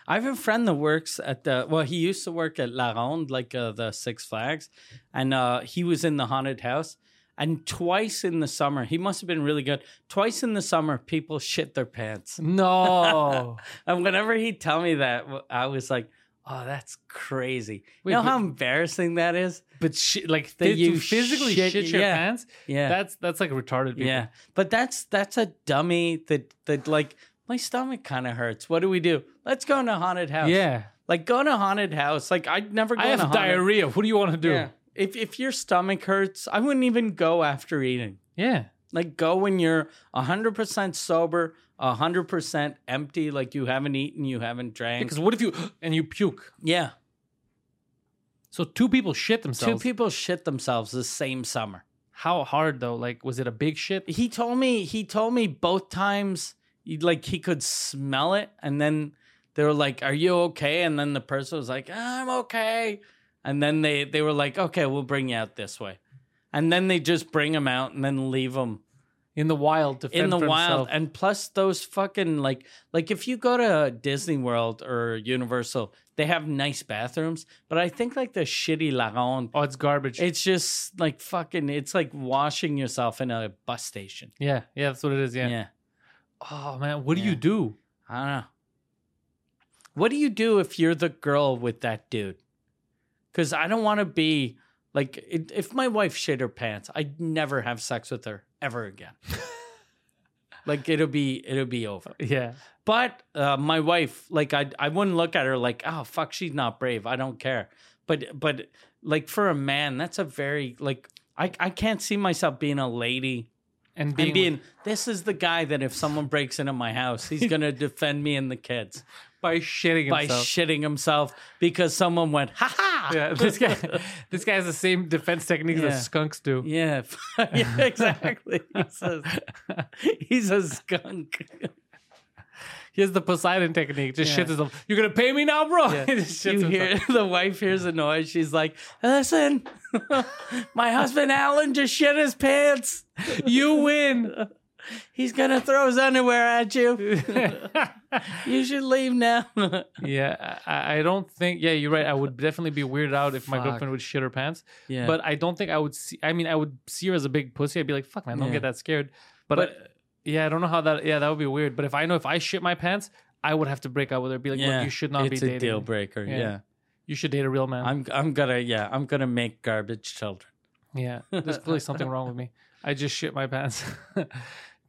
S2: I have a friend that works at the well, he used to work at La Ronde, like uh, the Six Flags, and uh, he was in the haunted house. And twice in the summer, he must have been really good. Twice in the summer, people shit their pants.
S1: No,
S2: And whenever he'd tell me that, I was like, "Oh, that's crazy."
S1: Wait,
S2: you know
S1: but-
S2: how embarrassing that is?
S1: but shit, like
S2: That
S1: did you
S2: you
S1: physically shit,
S2: shit-
S1: your
S2: yeah.
S1: pants?
S2: Yeah,
S1: That's that's like retarded. People.
S2: yeah. But that's that's a dummy that that like my stomach kind of hurts. What do we do? Let's go in a haunted house.
S1: yeah.
S2: like go in a haunted house. Like I'd never go
S1: I
S2: in a
S1: have
S2: haunted
S1: diarrhea. What do you want to do?
S2: Yeah. If if your stomach hurts, I wouldn't even go after eating.
S1: yeah.
S2: Like go when you're 100% sober, 100% empty, like you haven't eaten, you haven't drank.
S1: Because what if you and you puke?
S2: yeah.
S1: So two people shit
S2: Two
S1: themselves.
S2: people shit themselves the same summer.
S1: How hard though? Like, was it a big shit?
S2: He told me he told me both times he- like he could smell it and then they were like, "Are you okay?" and then the person was like, "Ah, "I'm okay." And then they they were like, "Okay, we'll bring you out this way." And then they just bring him out and then leave him
S1: in the wild to fend
S2: in the
S1: for
S2: wild
S1: himself.
S2: and plus those fucking like like if you go to disney world or universal they have nice bathrooms but i think like the shitty la ronde
S1: oh it's garbage
S2: it's just like fucking it's like washing yourself in a bus station
S1: yeah yeah that's what it is yeah,
S2: yeah,
S1: oh man what do you
S2: Yeah.
S1: do
S2: i don't know what do you do if you're the girl with that dude because i don't want to be like it, if my wife shit her pants i'd never have sex with her ever again Like it'll be it'll be over.
S1: Yeah.
S2: But uh, my wife, like I, I wouldn't look at her like, oh fuck, she's not brave. I don't care. But but like for a man, that's a very like I I can't see myself being a lady
S1: And
S2: and
S1: being,
S2: being this is the guy that if someone breaks into my house, he's gonna defend me and the kids
S1: by shitting
S2: by
S1: himself.
S2: shitting himself because someone went ha ha.
S1: yeah, this guy, this guy has the same defense techniques
S2: Yeah.
S1: that skunks do.
S2: Yeah, yeah, exactly. He's a, he's a skunk.
S1: He has the Poseidon technique. Just
S2: Yeah.
S1: shits himself. You're gonna pay me now, bro. He just shits
S2: you hear
S1: himself.
S2: the wife hears a noise. She's like, "Listen, my husband Alan just shit his pants.
S1: You win.
S2: He's gonna throw his underwear at you. You should leave now."
S1: yeah, I, I don't think. Yeah, you're right. I would definitely be weirded out if my
S2: Fuck.
S1: girlfriend would shit her pants.
S2: yeah,
S1: But I don't think I would see. I mean, I would see her as a big pussy. I'd be like, "Fuck, man, don't
S2: Yeah.
S1: get that scared." But, I- yeah, I don't know how that. Yeah, that would be weird. But if I know if I shit my pants, I would have to break up with her. Be like, "Look, you should not
S2: it's
S1: be
S2: a
S1: dating.
S2: deal breaker.
S1: Yeah.
S2: Yeah.
S1: You should date a real man."
S2: I'm I'm gonna yeah I'm gonna make garbage children.
S1: yeah, there's clearly something wrong with me. I just shit my pants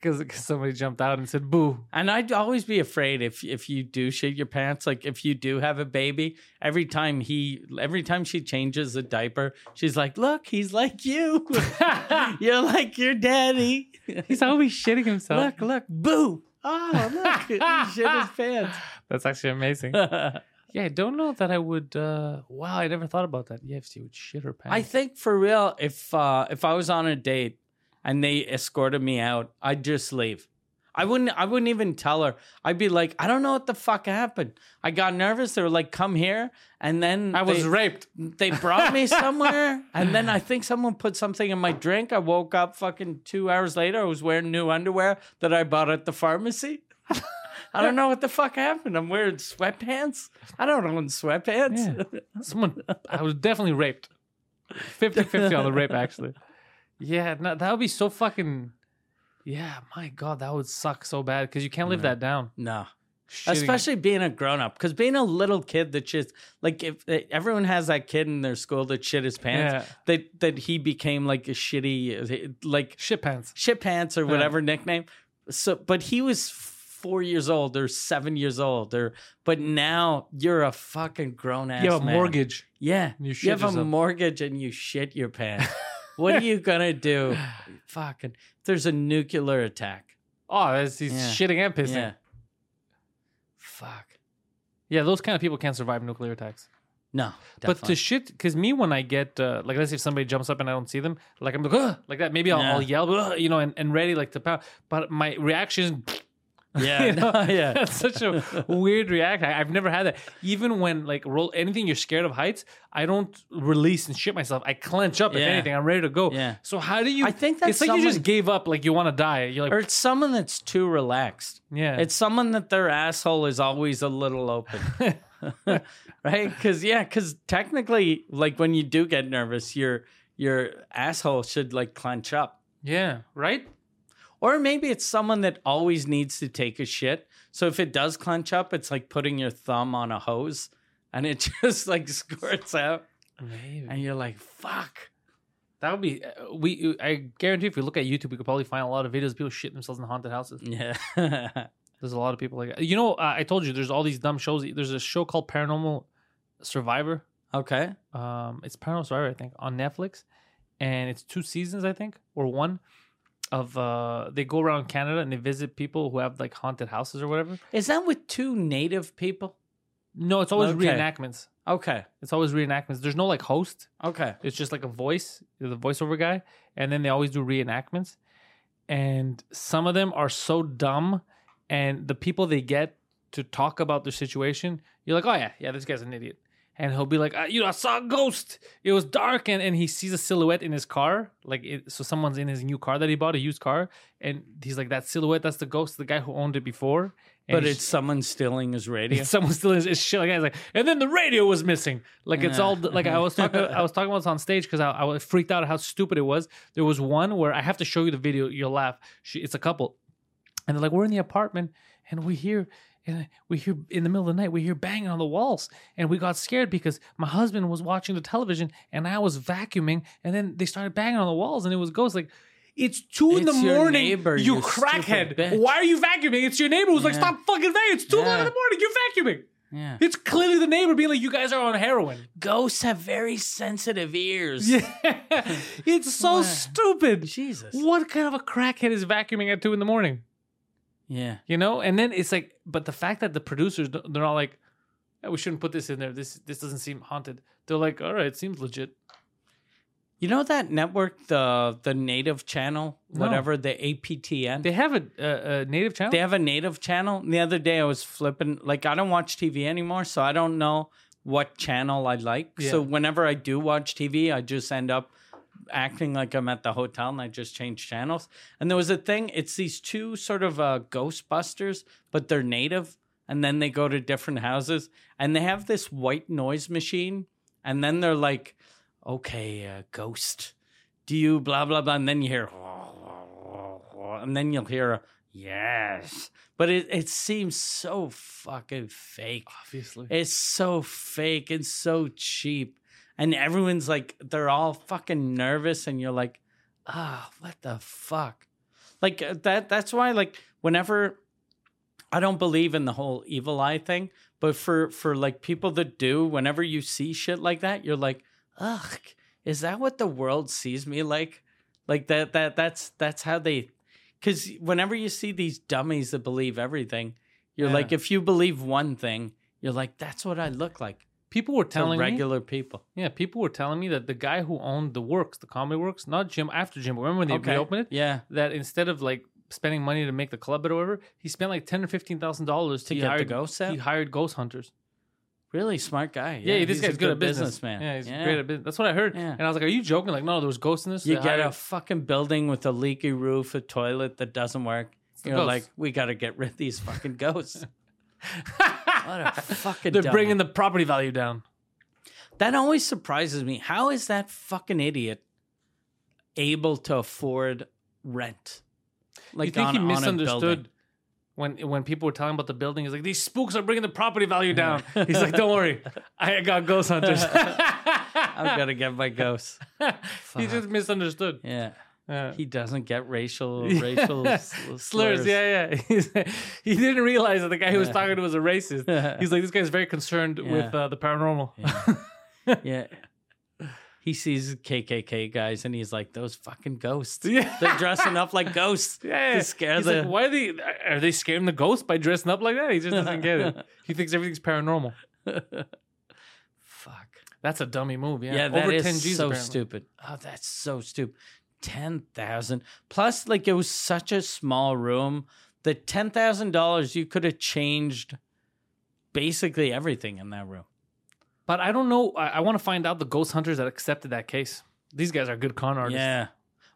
S1: because somebody jumped out and said, "Boo."
S2: And I'd always be afraid if if you do shit your pants, like if you do have a baby, every time he every time she changes a diaper, she's like, Look, he's like you. You're like your daddy.
S1: He's always shitting himself.
S2: look, look, boo. Oh, look, he shit his pants.
S1: That's actually amazing. yeah, I don't know that I would. Uh, wow, I never thought about that. Yeah, if she would shit her pants.
S2: I think for real, if uh if I was on a date and they escorted me out, I'd just leave. I wouldn't I wouldn't even tell her. I'd be like, I don't know what the fuck happened. I got nervous. They were like, come here. And then
S1: I was
S2: they-
S1: raped.
S2: they brought me somewhere and then i think someone put something in my drink i woke up fucking two hours later i was wearing new underwear that i bought at the pharmacy i don't know what the fuck happened i'm wearing sweatpants i don't own sweatpants
S1: Someone, I was definitely raped. 50 50 on the rape, actually. Yeah, no, that would be so fucking. Yeah, my God, that would suck so bad because you can't live that down.
S2: no
S1: Shitting-
S2: Especially being a grown up, because being a little kid that just like if eh, everyone has that kid in their school that shit his pants,
S1: Yeah.
S2: that that he became like a shitty, eh, like
S1: shit pants.
S2: shit pants or whatever nickname. So, but he was four years old or seven years old, or but now you're a fucking grown ass.
S1: You have a mortgage.
S2: Yeah,
S1: You
S2: you,
S1: shit
S2: have a
S1: yourself.
S2: mortgage and you shit your pants. what are you gonna do? Fucking, if there's a nuclear attack.
S1: Oh, that's, he's
S2: Yeah.
S1: shitting and pissing.
S2: Yeah.
S1: Yeah.
S2: Fuck.
S1: those kind of people can't survive nuclear attacks.
S2: No,
S1: But to shit, because me, when I get, uh, like, let's say if somebody jumps up and I don't see them, like, I'm like, Ugh! like that, maybe I'll,
S2: Yeah.
S1: I'll yell, Ugh! you know, and, and ready, like, to pound. But my reaction is,
S2: to yeah,
S1: you know?
S2: no, yeah,
S1: That's such a weird reaction. I- I've never had that. Even when like roll anything you're scared of heights, I don't release and shit myself. I clench up
S2: Yeah.
S1: if anything. I'm ready to go.
S2: Yeah.
S1: So how do you
S2: I think that's
S1: it's like you just
S2: someone-
S1: gave up, like you want to die. You're like
S2: or it's someone that's too relaxed.
S1: Yeah.
S2: It's someone that their asshole is always a little open. right? Cuz yeah, cuz technically like when you do get nervous, your your asshole should like clench up.
S1: Yeah, right?
S2: Or maybe it's someone that always needs to take a shit. So if it does clench up, it's like putting your thumb on a hose and it just like squirts out
S1: Maybe.
S2: and you're like, "Fuck."
S1: That would be uh, we I guarantee if we look at YouTube, we could probably find a lot of videos of people shitting themselves in haunted houses.
S2: Yeah.
S1: There's a lot of people like You know, uh, I told you there's all these dumb shows. There's a show called Paranormal Survivor.
S2: okay.
S1: um it's paranormal survivor i think on netflix and it's two seasons i think or one of uh they go around canada and they visit people who have like haunted houses or whatever
S2: Is that with two native people?
S1: no it's always
S2: Okay.
S1: reenactments
S2: Okay.
S1: it's always reenactments there's no like host
S2: Okay.
S1: it's just like a voice the voiceover guy and then they always do reenactments and some of them are so dumb and the people they get to talk about their situation you're like oh yeah yeah this guy's an idiot and he'll be like "Uh, you know i saw a ghost it was dark and, and he sees a silhouette in his car like it, so someone's in his new car that he bought a used car and he's like that silhouette that's the ghost the guy who owned it before and
S2: But
S1: he's-
S2: it's someone stealing his radio.
S1: and someone still is, is shit like that. It's like, and then the radio was missing. Like it's all like I was talking. I was talking about this on stage because I, I was freaked out how stupid it was. There was one where I have to show you the video. You'll laugh. She, it's a couple, and they're like, we're in the apartment, and we hear. And we hear in the middle of the night, we hear banging on the walls. And we got scared because my husband was watching the television and I was vacuuming. And then they started banging on the walls and it was ghosts. Like, It's two in the
S2: It's your
S1: morning.
S2: neighbor,
S1: you
S2: you
S1: crackhead.
S2: stupid bitch.
S1: Why are you vacuuming? It's your neighbor who's like,
S2: Yeah.
S1: stop fucking vacuuming. It's two o'clock
S2: Yeah.
S1: in the morning. You're vacuuming.
S2: Yeah.
S1: It's clearly the neighbor being like, you guys are on heroin.
S2: Ghosts have very sensitive ears.
S1: it's so stupid.
S2: Jesus.
S1: What kind of a crackhead is vacuuming at two in the morning?
S2: Yeah.
S1: you know and then it's like but the fact that the producers don't- they're not like "Eh, we shouldn't put this in there this this doesn't seem haunted they're like all right it seems legit
S2: You know that network, the the native channel,
S1: No.
S2: whatever the APTN.
S1: they have a, a, a native channel
S2: They have a native channel. The other day I was flipping, like, I don't watch TV anymore, so I don't know what channel I like. So
S1: Yeah.
S2: whenever I do watch TV, I just end up acting like I'm at the hotel and I just change channels. And there was a thing, it's these two sort of uh, Ghostbusters, but they're native. And then they go to different houses and they have this white noise machine. And then they're like, okay, uh, ghost, do you blah, blah, blah. And then you hear, and then you'll hear a yes. But it, it seems so fucking fake.
S1: obviously
S2: It's so fake and so cheap. And everyone's like, they're all fucking nervous, and you're like, ah, what the fuck? Like uh, that. That's why, like, whenever I don't believe in the whole evil eye thing, but for for like people that do, whenever you see shit like that, you're like, ugh, is that what the world sees me like? Like that that that's that's how they. Because whenever you see these dummies that believe everything, you're
S1: Yeah.
S2: like, if you believe one thing, you're like, that's what I look like.
S1: people were telling
S2: to
S1: me
S2: regular people.
S1: yeah people were telling me that the guy who owned the works the comedy works not jim after jim remember when they reopened it
S2: Yeah.
S1: that instead of like spending money to make the club or whatever he spent like ten or fifteen thousand dollars
S2: To
S1: he
S2: get the
S1: hired-
S2: ghost set?
S1: he hired ghost hunters
S2: Really smart guy.
S1: yeah, this
S2: he's a
S1: guy's good, at business
S2: businessman.
S1: yeah he's great at business that's what i heard
S2: Yeah.
S1: and i was like are you joking like no there was ghosts in this
S2: You
S1: They
S2: get
S1: hired-
S2: a fucking building with a leaky roof, a toilet that doesn't work.
S1: the
S2: You're
S1: ghosts.
S2: like, we got to get rid of these fucking ghosts. what a fucking.
S1: they're
S2: dummy.
S1: bringing the property value down
S2: That always surprises me. How is that fucking idiot able to afford rent? Like
S1: you think
S2: on-
S1: he
S2: on a
S1: misunderstood
S2: building.
S1: when when people were telling about the building? He's like, these spooks are bringing the property value down. He's like, don't worry, I got ghost hunters.
S2: I've got to get my ghosts.
S1: he just misunderstood.
S2: Yeah.
S1: Yeah.
S2: He doesn't get racial racial s- slurs.
S1: Slurs, yeah, yeah. He's- he didn't realize that the guy he was talking to was a racist. He's like, this guy's very concerned with
S2: Yeah.
S1: uh, the paranormal.
S2: Yeah. He sees KKK guys and he's like, those fucking ghosts.
S1: Yeah.
S2: They're dressing up like ghosts
S1: Yeah,
S2: to scare
S1: he's
S2: the.
S1: like, why are they are they scaring the ghost by dressing up like that? He just doesn't get it. He thinks everything's paranormal.
S2: Fuck.
S1: That's a dummy move. Yeah,
S2: Yeah, that is so
S1: apparently.
S2: stupid. Oh, that's so stupid. 10,000. Plus, like, it was such a small room. The $10,000, you could have changed basically everything in that room.
S1: But I don't know. I, I want to find out the ghost hunters that accepted that case. These guys are good con artists.
S2: Yeah.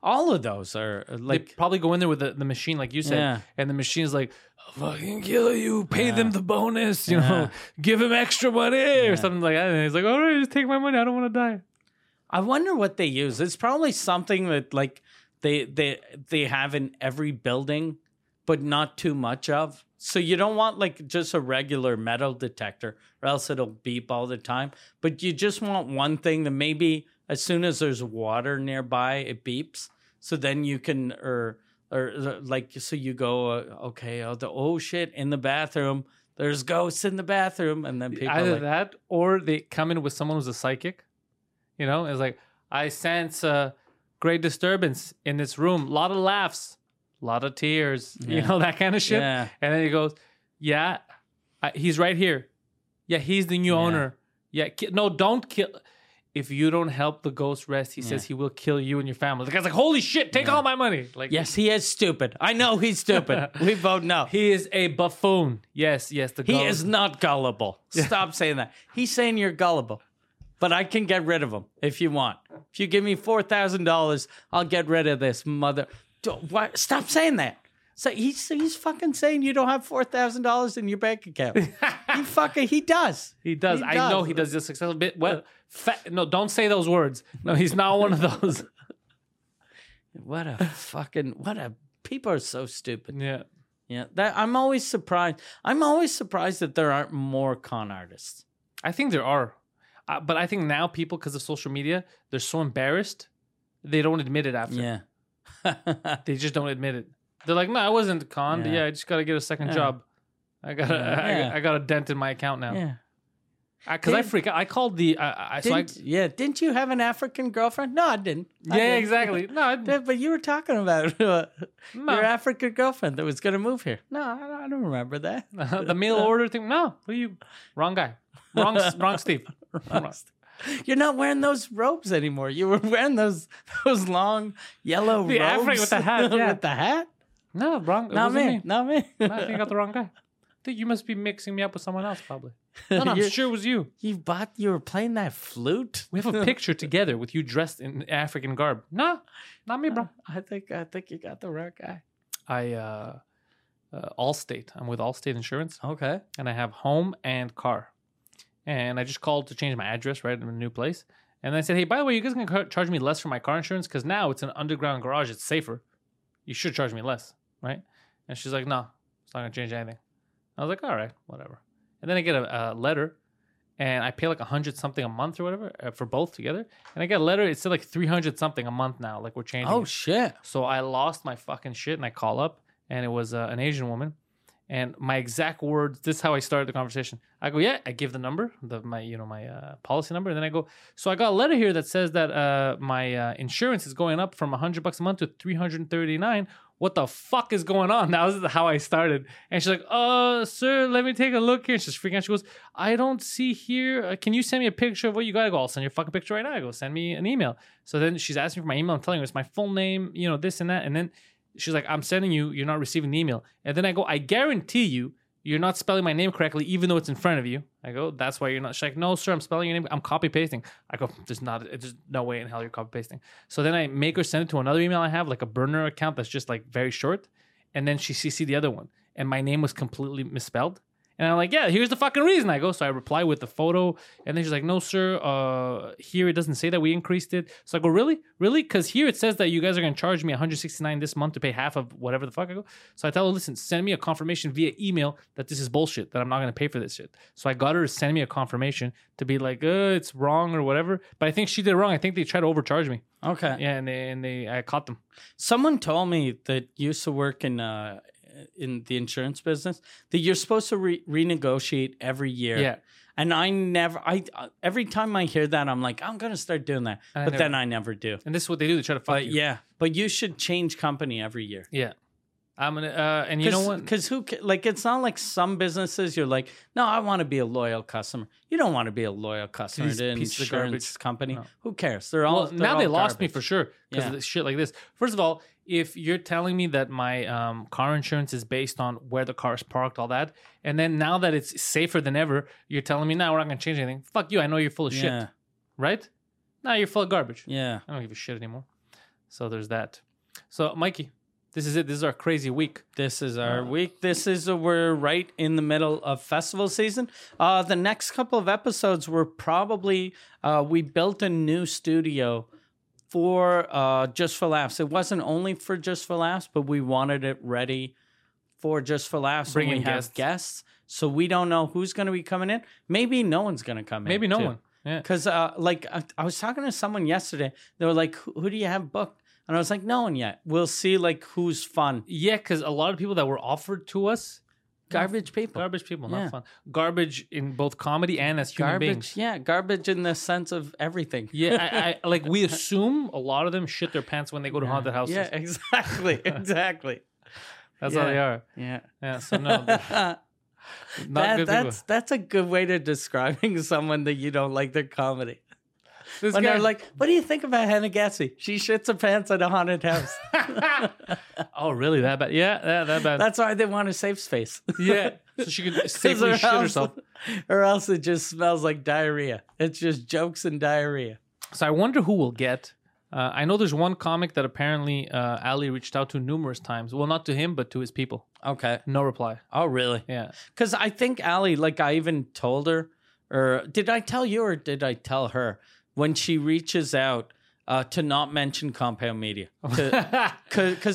S2: All of those are uh,
S1: They
S2: like.
S1: probably go in there with the, the machine, like you said,
S2: Yeah.
S1: and the machine's like, I'll fucking kill you, pay them the bonus, you know, give him extra money or something like that. And he's like, all right, just take my money. I don't want to die.
S2: I wonder what they use. It's probably something that like they they they have in every building, but not too much of. So you don't want like just a regular metal detector, or else it'll beep all the time. But you just want one thing that maybe as soon as there's water nearby, it beeps. So then you can or or uh, like so you go uh, okay oh, the oh shit in the bathroom there's ghosts in the bathroom and then people
S1: Either
S2: like,
S1: that or they come in with someone who's a psychic, you know, it's like, I sense a great disturbance in this room, a lot of laughs, a lot of tears, you
S2: Yeah.
S1: know, that kind of shit.
S2: yeah
S1: And then he goes, "Yeah, I, he's right here. Yeah, he's the new
S2: Yeah.
S1: owner. Yeah, ki- no, don't kill. If you don't help the ghost rest, he says he will kill you and your family." The guy's like, "Holy shit, take all my money!" Like,
S2: yes he is stupid I know he's stupid we both know
S1: he is a buffoon. Yes, yes, the
S2: He
S1: ghost.
S2: is not gullible. Stop saying that. He's saying you're gullible, but I can get rid of him if you want. If you give me four thousand dollars, I'll get rid of this mother. Don't, why, stop saying that. So he's he's fucking saying you don't have four thousand dollars in your bank account. he fucking he does.
S1: He does. I know he does Uh. this successful bit. Well, fa- no, don't say those words. No, he's not one of those.
S2: What a fucking what a people are so stupid.
S1: yeah.
S2: Yeah, that I'm always surprised. I'm always surprised that there aren't more con artists.
S1: I think there are, uh, but I think now people, because of social media, they're so embarrassed, they don't admit it after.
S2: Yeah.
S1: They just don't admit it. They're like, no, I wasn't conned. Yeah,
S2: Yeah.
S1: I just got to get a second
S2: Yeah.
S1: job. I got a, I,
S2: Yeah.
S1: got- I got a dent in my account now.
S2: yeah.
S1: Because I,
S2: Didn't-
S1: freak out. I called the. I, I, so I,
S2: Didn't, yeah. Didn't you have an African girlfriend? No, I didn't. I
S1: yeah,
S2: didn't.
S1: exactly. No, I,
S2: Yeah, But you were talking about uh,
S1: No.
S2: your African girlfriend that was going to move here. No, I don't- I don't remember that.
S1: the mail order thing. No, what are you? Wrong guy. Wrong, wrong Steve. Wrong.
S2: You're not wearing those robes anymore. You were wearing those those long yellow
S1: The
S2: robes
S1: African with the hat, yeah.
S2: with the hat.
S1: No, wrong. it
S2: Not
S1: wasn't
S2: me. Not me.
S1: No, I think I got the wrong guy. I think you must be mixing me up with someone else, probably. No, no, I'm
S2: You're-
S1: sure it was you.
S2: You bought. You were playing that flute.
S1: We have a picture together with you dressed in African garb. No, not me, bro.
S2: I think. I think you got the wrong guy.
S1: I uh, uh Allstate. I'm with Allstate Insurance,
S2: Okay.
S1: and I have home and car. And I just called to change my address, right, in a new place. And I said, hey, by the way, you guys can car- charge me less for my car insurance because now it's an underground garage. It's safer. You should charge me less, right? And she's like, no, it's not gonna change anything. I was like, all right, whatever. And then I get a, a letter, and I pay like a hundred something a month or whatever uh, for both together. And I get a letter. It said like three hundred something a month now. Like we're changing.
S2: Oh
S1: it.
S2: shit.
S1: So I lost my fucking shit and I call up and it was uh, an Asian woman. And my exact words, this is how I started the conversation. I go, yeah, I give the number, the my you know my uh, policy number, and then I go, so I got a letter here that says that uh, my uh, insurance is going up from hundred bucks a month to three hundred and thirty nine. What the fuck is going on? That was how I started. And she's like, uh, sir, let me take a look here. She's freaking out. She goes, I don't see here. Uh, can you send me a picture of what you got? I go, I'll send you a fucking picture right now. I go, send me an email. So then she's asking for my email. I'm telling her it's my full name, you know, this and that. And then she's like, I'm sending you. You're not receiving the email. And then I go, I guarantee you, you're not spelling my name correctly, even though it's in front of you. I go, that's why you're not. She's like, no, sir, I'm spelling your name. I'm copy pasting. I go, there's not, there's no way in hell you're copy pasting. So then I make her send it to another email I have, like a burner account that's just like very short. And then she CC'd the other one. And my name was completely misspelled. And I'm like, yeah, here's the fucking reason. I go, so I reply with the photo, and then she's like, no, sir, uh, here it doesn't say that we increased it. So I go, really, really, because here it says that you guys are gonna charge me 169 this month to pay half of whatever the fuck I go. So I tell her, listen, send me a confirmation via email that this is bullshit, that I'm not gonna pay for this shit. So I got her to send me a confirmation to be like, uh, it's wrong or whatever. But I think she did it wrong. I think they tried to overcharge me.
S2: Okay.
S1: Yeah, and they, and they, I caught them.
S2: Someone told me that used to work in uh, in the insurance business that you're supposed to re- renegotiate every year.
S1: Yeah.
S2: And I never, I uh, every time I hear that, I'm like, I'm gonna start doing that,
S1: I
S2: but
S1: never-
S2: then I never do.
S1: And this is what they do. They try to fuck
S2: But
S1: you.
S2: yeah, but you should change company every year.
S1: yeah. I'm gonna, uh, and you know what?
S2: Because who? ca- Like, it's not like some businesses. You're like, no, I want to be a loyal customer. You don't want to be a loyal customer
S1: These
S2: to an
S1: pieces of
S2: insurance
S1: garbage.
S2: company.
S1: No.
S2: Who cares? They're all
S1: well,
S2: they're
S1: now they
S2: all
S1: lost me
S2: garbage.
S1: for sure because
S2: Yeah.
S1: of this shit like this. First of all, if you're telling me that my um, car insurance is based on where the car is parked, all that, and then now that it's safer than ever, you're telling me now we're not gonna change anything. Fuck you! I know you're full of
S2: Yeah,
S1: shit, right? Now you're full of garbage.
S2: yeah.
S1: I don't give a shit anymore. So there's that. So Mikey, this is it. This is our crazy week.
S2: This is
S1: Uh,
S2: our week. This is uh, we're right in the middle of festival season. Uh, the next couple of episodes were probably uh, we built a new studio for uh, just for laughs. It wasn't only for just for laughs, but we wanted it ready for just for laughs.
S1: Bring
S2: when
S1: in
S2: we
S1: guests.
S2: have guests, so we don't know who's going to be coming in. Maybe no one's going to come in.
S1: Maybe no
S2: too.
S1: one. Yeah.
S2: Because uh, like I, I was talking to someone yesterday, they were like, "Who, who do you have booked?" And I was like, "No one yet. We'll see. Like who's fun."
S1: Yeah, because a lot of people that were offered to us,
S2: Garbage people.
S1: garbage people, not
S2: Yeah.
S1: fun. Garbage in both comedy and as human
S2: garbage.
S1: beings.
S2: Yeah, garbage in the sense of everything.
S1: Yeah, I, I like we assume a lot of them shit their pants when they go to haunted houses.
S2: yeah, exactly, exactly.
S1: That's how they are.
S2: Yeah.
S1: Yeah, so no, they're
S2: that,
S1: not good
S2: that's
S1: people.
S2: that's a good way to describing someone that you don't like their comedy.
S1: This
S2: when
S1: guy-
S2: they're like, "What do you think about Hannah Gatsby? She shits her pants at a haunted house."
S1: oh, really? That bad? Yeah, that, that bad.
S2: that's why they want a safe space.
S1: yeah. So she could
S2: 'Cause
S1: safely shit
S2: else-
S1: herself.
S2: or else it just smells like diarrhea. It's just jokes and diarrhea.
S1: So I wonder who will get. Uh, I know there's one comic that apparently uh, Ali reached out to numerous times. Well, not to him, but to his people.
S2: Okay.
S1: No reply.
S2: Oh, really?
S1: Yeah.
S2: Because I think Allie, like I even told her, or did I tell you, or did I tell her when she reaches out uh, to not mention compound media? Because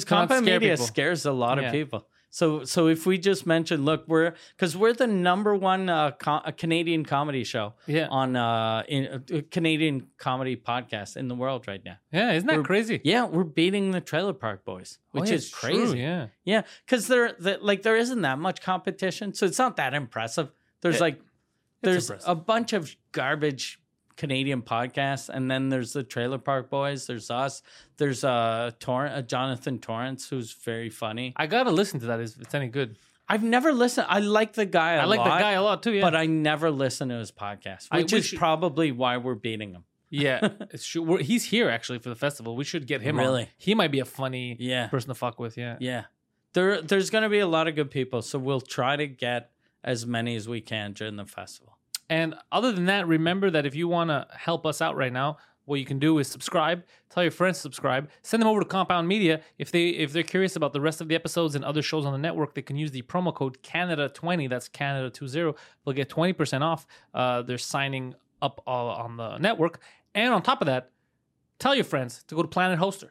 S1: yeah,
S2: compound
S1: scare
S2: media
S1: people.
S2: scares a lot
S1: Yeah.
S2: of people. So so if we just mention, look, we're because we're the number one uh, co- uh, Canadian comedy show
S1: Yeah.
S2: on uh, in, uh, Canadian comedy podcast in the world right now.
S1: Yeah, isn't that
S2: We're-
S1: crazy?
S2: Yeah, we're beating the Trailer Park Boys,
S1: Oh,
S2: which
S1: yeah,
S2: is
S1: it's true,
S2: crazy.
S1: yeah.
S2: Yeah, because there, the, like, there isn't that much competition, so it's not that impressive. There's like, there's
S1: impressive.
S2: a bunch of garbage Canadian podcasts, and then there's the Trailer Park Boys. There's us. There's uh, Tor- uh Jonathan Torrance, who's very funny.
S1: I gotta listen to that if it's any good.
S2: I've never listened. I like the guy. I
S1: I like
S2: lot,
S1: that guy a lot too. Yeah,
S2: but I never listen to his podcast,
S1: I-
S2: which
S1: we
S2: is
S1: should-
S2: probably why we're beating him.
S1: yeah, it's true. We're, he's here actually for the festival. We should get him. on.
S2: Really?
S1: he might be a funny
S2: Yeah.
S1: person to fuck with. Yeah,
S2: Yeah. There there's going to be a lot of good people, so we'll try to get as many as we can during the festival.
S1: And other than that, remember that if you want to help us out right now, what you can do is subscribe, tell your friends to subscribe, send them over to Compound Media. If they if they're curious about the rest of the episodes and other shows on the network, they can use the promo code Canada20. That's Canada 20. They'll get 20% off. Uh, they're signing up uh, on the network. And on top of that, tell your friends to go to Planet Hoster.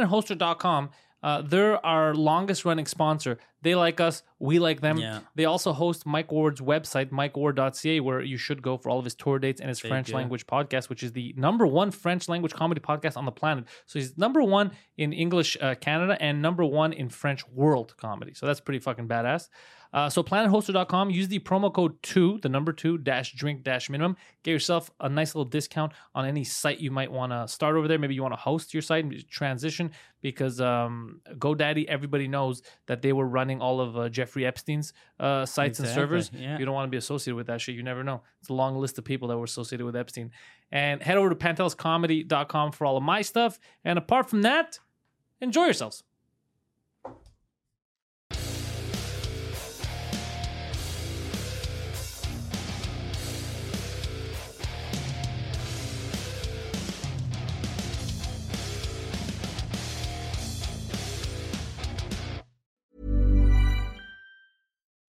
S1: PlanetHoster.com. Uh, they're our longest running sponsor. They like us. We like them.
S2: Yeah.
S1: They also host Mike Ward's website, mikeward.ca, where you should go for all of his tour dates and his French
S2: do.
S1: language podcast, which is the number one French language comedy podcast on the planet. So he's number one in English uh, Canada and number one in French world comedy. So that's pretty fucking badass. Uh, so planethoster.com, use the promo code 2, the number 2, dash drink dash minimum. Get yourself a nice little discount on any site you might want to start over there. Maybe you want to host your site and transition because um, GoDaddy, everybody knows that they were running all of uh, Jeffrey Epstein's uh, sites and
S2: Exactly,
S1: servers.
S2: yeah.
S1: You don't want to be associated with that shit. You never know. It's a long list of people that were associated with Epstein. And head over to pantelscomedy.com for all of my stuff. And apart from that, enjoy yourselves.